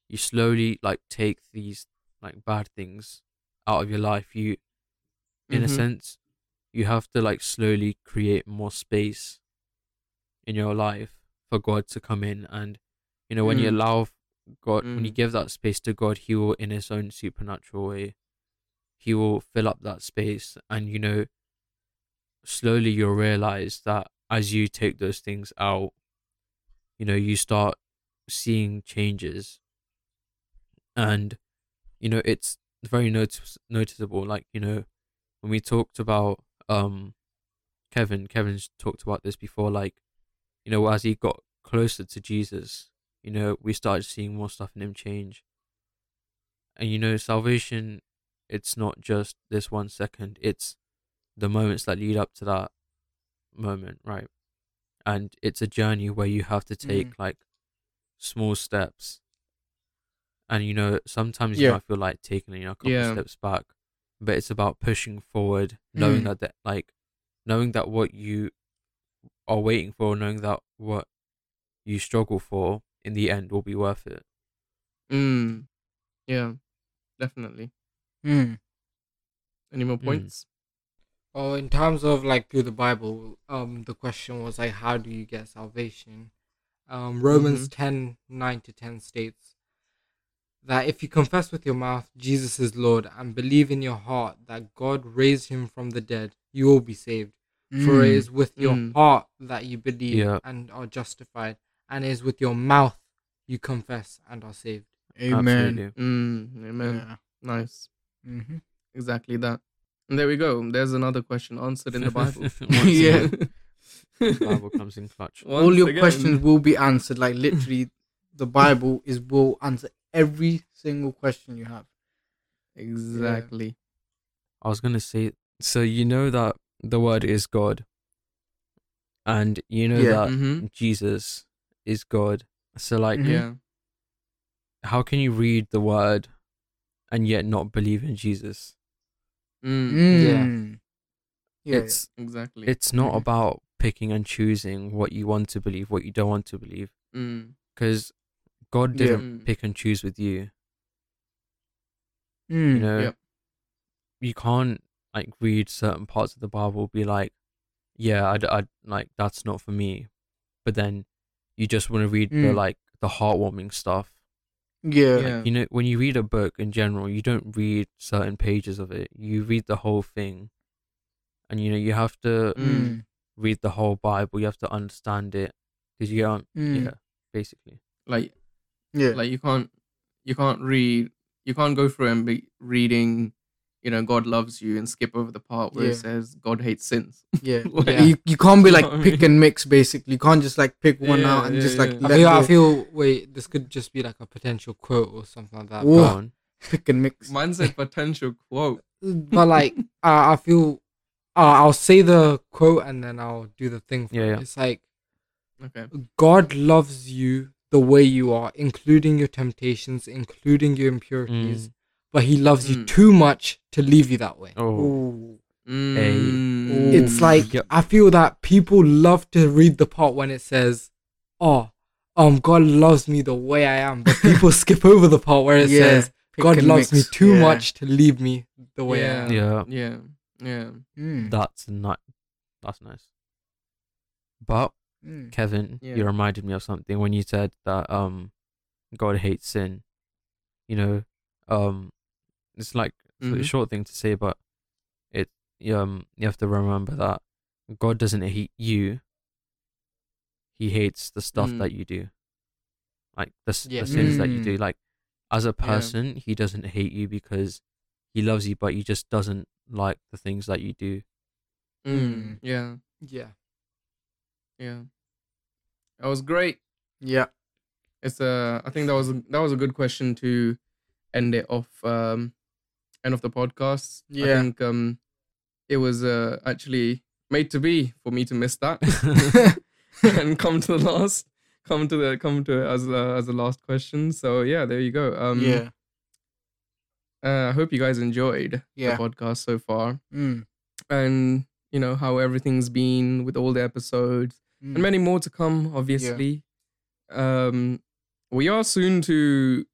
Speaker 3: you slowly like take these like bad things out of your life. You, in a
Speaker 1: Mhm.
Speaker 3: sense, you have to like slowly create more space in your life for God to come in, and you know, when you
Speaker 1: Mm.
Speaker 3: allow f- God, when you
Speaker 1: Mm.
Speaker 3: give that space to God, He will, in His own supernatural way, He will fill up that space, and you know, slowly you'll realize that as you take those things out, you know, you start seeing changes, and you know, it's very notice- noticeable. Like you know, when we talked about um, Kevin, Kevin's talked about this before. Like, you know, as he got closer to Jesus, you know, we started seeing more stuff in him change. And you know, salvation, it's not just this one second, it's the moments that lead up to that moment, right? And it's a journey where you have to take like small steps. And you know, sometimes you
Speaker 2: Yeah.
Speaker 3: might feel like taking you know, a couple
Speaker 1: Yeah.
Speaker 3: steps back, but it's about pushing forward, knowing
Speaker 2: Mm.
Speaker 3: that that like knowing that what you are waiting for, knowing that what you struggle for in the end will be worth it.
Speaker 1: Mm. Yeah, definitely.
Speaker 2: Hmm.
Speaker 1: Any more
Speaker 3: Mm.
Speaker 1: points?
Speaker 4: Oh, in terms of like through the Bible, um, the question was like, how do you get salvation? Um, Romans ten nine to ten states that if you confess with your mouth Jesus is Lord and believe in your heart that God raised him from the dead, you will be saved. For it
Speaker 2: Hmm.
Speaker 4: is with your
Speaker 1: Mm.
Speaker 4: heart that you believe
Speaker 3: Yeah.
Speaker 4: and are justified, and it is with your mouth you confess and are saved.
Speaker 2: Amen.
Speaker 3: Absolutely.
Speaker 1: Mm. Amen.
Speaker 2: Yeah.
Speaker 1: Nice.
Speaker 2: hmm
Speaker 1: Exactly that. And there we go. There's another question answered in the Bible.
Speaker 3: Once
Speaker 2: Yeah.
Speaker 3: again, the Bible comes in clutch.
Speaker 2: All
Speaker 1: Once
Speaker 2: your
Speaker 1: again.
Speaker 2: questions will be answered. Like literally, the Bible is will answer every single question you have.
Speaker 1: Exactly.
Speaker 3: I was gonna say so you know that the word is God and you know
Speaker 2: Yeah.
Speaker 3: that
Speaker 1: Mm-hmm.
Speaker 3: Jesus is God. So like
Speaker 2: Mhm.
Speaker 1: Yeah.
Speaker 3: how can you read the word and yet not believe in Jesus?
Speaker 1: Mm.
Speaker 2: Mm. Yeah. yeah.
Speaker 3: it's
Speaker 1: Exactly.
Speaker 3: it's not
Speaker 2: Mhm.
Speaker 3: about picking and choosing what you want to believe, what you don't want to believe.
Speaker 1: Mm.
Speaker 3: Because God
Speaker 2: Yeah.
Speaker 3: didn't
Speaker 1: Mm.
Speaker 3: pick and choose with you.
Speaker 2: Mm.
Speaker 3: You know,
Speaker 1: Yep.
Speaker 3: you can't like read certain parts of the Bible, be like, yeah, I'd, I'd like that's not for me. But then you just want to read the
Speaker 2: Mm.
Speaker 3: like the heartwarming stuff.
Speaker 2: Yeah.
Speaker 1: Yeah.
Speaker 3: You know, when you read a book in general, you don't read certain pages of it. You read the whole thing, and you know you have to
Speaker 2: Mm.
Speaker 3: read the whole Bible. You have to understand it because you aren't.
Speaker 2: Mm.
Speaker 3: Yeah, basically.
Speaker 1: Like
Speaker 2: Yeah.
Speaker 1: like you can't you can't read you can't go through and be reading you know God loves you and skip over the part where
Speaker 2: Yeah.
Speaker 1: it says God hates sins.
Speaker 2: yeah.
Speaker 1: Like,
Speaker 4: Yeah.
Speaker 2: You, you can't be
Speaker 1: You
Speaker 2: like
Speaker 1: know what I
Speaker 2: pick and mix basically. You can't just like pick one
Speaker 1: Yeah,
Speaker 2: out and
Speaker 1: yeah,
Speaker 2: just like
Speaker 1: yeah.
Speaker 4: I
Speaker 2: let
Speaker 4: feel, I
Speaker 2: go.
Speaker 4: feel, wait, this could just be like a potential quote or something like that.
Speaker 3: Go
Speaker 2: Ooh.
Speaker 4: but-
Speaker 3: on.
Speaker 2: pick and mix.
Speaker 1: Mine said potential quote.
Speaker 4: but like uh, I feel uh, I'll say the quote and then I'll do the thing. For
Speaker 3: Yeah,
Speaker 4: it.
Speaker 3: yeah.
Speaker 4: It's like
Speaker 1: Okay.
Speaker 4: God loves you the way you are, including your temptations, including your impurities.
Speaker 3: Mm.
Speaker 4: But He loves you
Speaker 1: Mm.
Speaker 4: too much to leave you that way.
Speaker 3: Oh,
Speaker 2: Ooh.
Speaker 1: Mm.
Speaker 4: It's like
Speaker 3: Yep.
Speaker 4: I feel that people love to read the part when it says, "Oh, um, God loves me the way I am," but people skip over the part where it
Speaker 2: Yeah,
Speaker 4: says,
Speaker 2: Pick
Speaker 4: "God
Speaker 2: and
Speaker 4: loves me
Speaker 2: mix.
Speaker 4: too
Speaker 2: Yeah.
Speaker 4: much to leave me the way I am."
Speaker 3: yeah.
Speaker 1: yeah, yeah.
Speaker 2: Mm.
Speaker 3: That's not. That's nice. But
Speaker 2: Mm.
Speaker 3: Kevin,
Speaker 1: Yeah.
Speaker 3: you reminded me of something when you said that um, God hates sin. You know, um, it's like it's a
Speaker 1: Mhm.
Speaker 3: short thing to say, but it um, you have to remember that God doesn't hate you. He hates the stuff
Speaker 1: Mm.
Speaker 3: that you do. like the, s
Speaker 5: Yeah.
Speaker 3: the sins that you do.
Speaker 2: Mm.
Speaker 3: Like as a
Speaker 2: Yeah.
Speaker 3: person, he doesn't hate you because he loves you, but he just doesn't like the things that you do.
Speaker 1: Mm, yeah,
Speaker 4: Yeah.
Speaker 1: yeah. That was great.
Speaker 2: Yeah.
Speaker 1: It's a. I think that was a, that was a good question to end it off. Um, end of the podcast.
Speaker 2: Yeah.
Speaker 1: I think um, it was uh actually made to be for me to miss that and come to the last, come to the come to it as a, as the last question. So yeah, there you go. Um,
Speaker 2: yeah.
Speaker 1: Uh, I hope you guys enjoyed
Speaker 2: Yeah.
Speaker 1: the podcast so far,
Speaker 2: Mm.
Speaker 1: and you know how everything's been with all the episodes.
Speaker 2: Mm.
Speaker 1: and many more to come obviously um we are soon to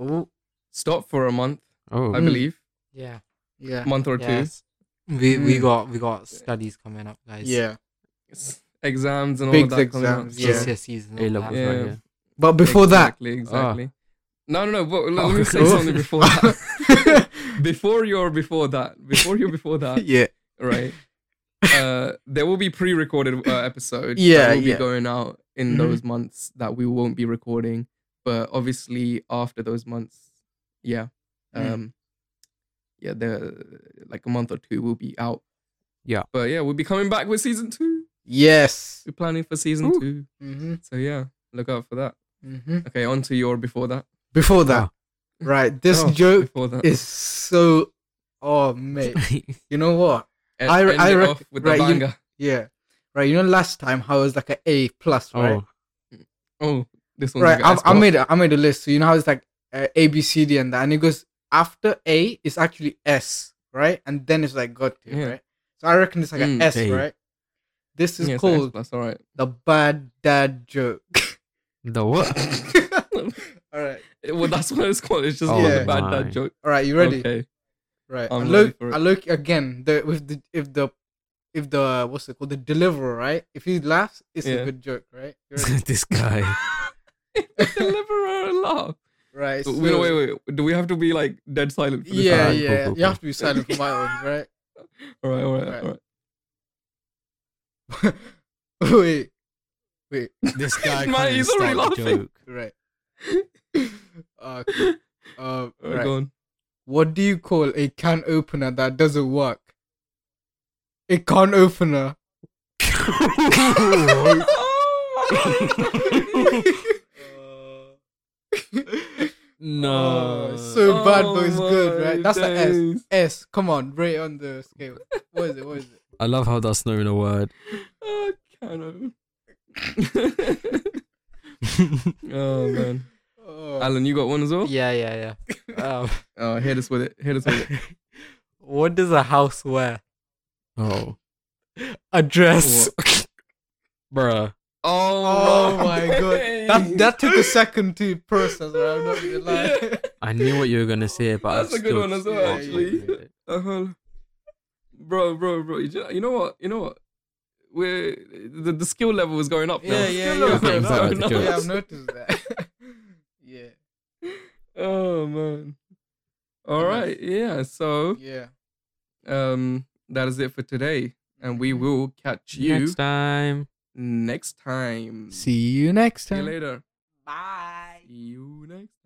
Speaker 2: Oh,
Speaker 1: stop for a month
Speaker 3: oh,
Speaker 2: Mm.
Speaker 1: i believe
Speaker 5: Yeah.
Speaker 2: yeah.
Speaker 1: month or
Speaker 5: Yes.
Speaker 4: We we
Speaker 2: Mm.
Speaker 4: got we got studies coming up, guys.
Speaker 2: Yeah.
Speaker 1: two S- exams and
Speaker 2: Big
Speaker 1: all that coming up.
Speaker 2: exams,
Speaker 1: So-
Speaker 2: yeah.
Speaker 4: GCSEs and
Speaker 3: A
Speaker 4: all that.
Speaker 3: levels,
Speaker 1: Yeah.
Speaker 3: right? Yeah.
Speaker 2: But before that,
Speaker 1: exactly
Speaker 3: Ah.
Speaker 1: exactly no no no but let,
Speaker 3: Oh.
Speaker 1: me say something before that before you're before that before you're before that
Speaker 2: yeah.
Speaker 1: right uh there will be pre-recorded uh, episodes
Speaker 2: Yeah,
Speaker 1: that will be
Speaker 2: yeah.
Speaker 1: going out in
Speaker 2: Mhm.
Speaker 1: those months that we won't be recording but obviously after those months yeah
Speaker 2: Mm.
Speaker 1: um yeah the like a month or two will be out
Speaker 3: Yeah.
Speaker 1: but yeah we'll be coming back with season two
Speaker 2: Yes.
Speaker 1: we're planning for season
Speaker 3: Ooh.
Speaker 1: two
Speaker 2: Mm-hmm.
Speaker 1: so yeah look out for that
Speaker 2: Mm-hmm.
Speaker 1: okay on to your before that
Speaker 2: Before that, right? This
Speaker 1: Oh,
Speaker 2: joke
Speaker 1: before that
Speaker 2: is so. Oh mate, you know what?
Speaker 1: E-
Speaker 2: I-
Speaker 1: end
Speaker 2: I
Speaker 1: it
Speaker 2: rec-
Speaker 1: off with
Speaker 2: right,
Speaker 1: the
Speaker 2: you-
Speaker 1: banger
Speaker 2: Yeah. Right. You know, last time how it was like an A plus,
Speaker 3: oh,
Speaker 2: right?
Speaker 1: oh this one's
Speaker 2: right
Speaker 1: got
Speaker 2: I,
Speaker 1: S
Speaker 2: I
Speaker 1: block.
Speaker 2: made a, I made a list so you know how it's like uh, a b c d and that and it goes after a it's actually s right and then it's like got to
Speaker 1: Yeah.
Speaker 2: right so i reckon it's like an
Speaker 1: Mm.
Speaker 2: S,
Speaker 3: Hey.
Speaker 2: right this is
Speaker 1: Yeah, it's an S
Speaker 2: called
Speaker 1: plus, all right
Speaker 2: the bad dad joke
Speaker 3: the what?
Speaker 2: all right
Speaker 1: Well, that's what it's called. It's just
Speaker 2: Oh
Speaker 1: called the
Speaker 2: Yeah.
Speaker 1: bad
Speaker 3: my.
Speaker 1: dad joke.
Speaker 2: all right you ready
Speaker 1: Okay.
Speaker 2: right
Speaker 1: I'm
Speaker 2: i look
Speaker 1: ready for it.
Speaker 2: i look again the with the if the if the what's it called the deliverer right if he laughs it's
Speaker 1: Yeah.
Speaker 2: a good joke right You ready?
Speaker 3: this guy.
Speaker 1: Deliverer laugh.
Speaker 2: right
Speaker 1: Wait,
Speaker 2: so-
Speaker 1: wait, wait, Do we have to be like dead silent for this?
Speaker 2: yeah
Speaker 3: Alright, cool,
Speaker 2: yeah
Speaker 3: cool,
Speaker 2: you
Speaker 3: cool.
Speaker 2: have to be silent for my ones right
Speaker 1: All right, all right,
Speaker 2: Right.
Speaker 1: all right.
Speaker 2: wait wait
Speaker 3: This guy.
Speaker 1: Man,
Speaker 3: can't
Speaker 1: he's
Speaker 3: even
Speaker 1: already
Speaker 3: start the
Speaker 1: laughing.
Speaker 3: joke.
Speaker 2: Right. uh, cool. uh,
Speaker 1: All right,
Speaker 2: right.
Speaker 1: go on.
Speaker 2: What do you call a can opener that doesn't work? A can opener.
Speaker 3: no.
Speaker 1: Uh,
Speaker 2: Oh, so bad, but it's
Speaker 1: Oh
Speaker 2: good, right?
Speaker 1: my
Speaker 2: That's an S.
Speaker 1: days.
Speaker 2: S. Come on, rate it on the scale. What is it? What is it?
Speaker 3: I love how that's not even a word.
Speaker 1: Oh, kind of. oh man,
Speaker 2: Oh.
Speaker 1: Alan, you got one as well.
Speaker 5: Yeah, yeah, yeah. Um,
Speaker 1: Oh, hit us with it. Hit us with it.
Speaker 5: what does a house wear?
Speaker 3: Oh,
Speaker 5: A dress.
Speaker 3: bruh.
Speaker 1: Oh,
Speaker 2: Oh my god.
Speaker 1: days.
Speaker 2: That, that took a second to process, right? I'm not gonna lie.
Speaker 1: Yeah.
Speaker 3: I knew what you were gonna say, but I
Speaker 1: That's a good
Speaker 3: still
Speaker 1: one as well,
Speaker 3: fucking
Speaker 1: actually.
Speaker 3: hate it.
Speaker 1: Uh-huh. Bro, bro, bro. You, ju- you know what? You know what? We're the, the skill level is going up now.
Speaker 2: Yeah,
Speaker 1: The
Speaker 2: yeah,
Speaker 1: skill
Speaker 2: yeah.
Speaker 1: level's
Speaker 3: Okay,
Speaker 1: going
Speaker 3: exactly,
Speaker 1: up
Speaker 3: the
Speaker 1: now.
Speaker 3: joke.
Speaker 2: yeah, I've noticed that. yeah.
Speaker 1: Oh man. All right. Yeah. So,
Speaker 2: Yeah.
Speaker 1: um, that is it for today, and we will catch you
Speaker 3: Next time.
Speaker 1: next time.
Speaker 2: See you next
Speaker 1: See you
Speaker 2: time.
Speaker 1: later.
Speaker 5: Bye.
Speaker 1: See you next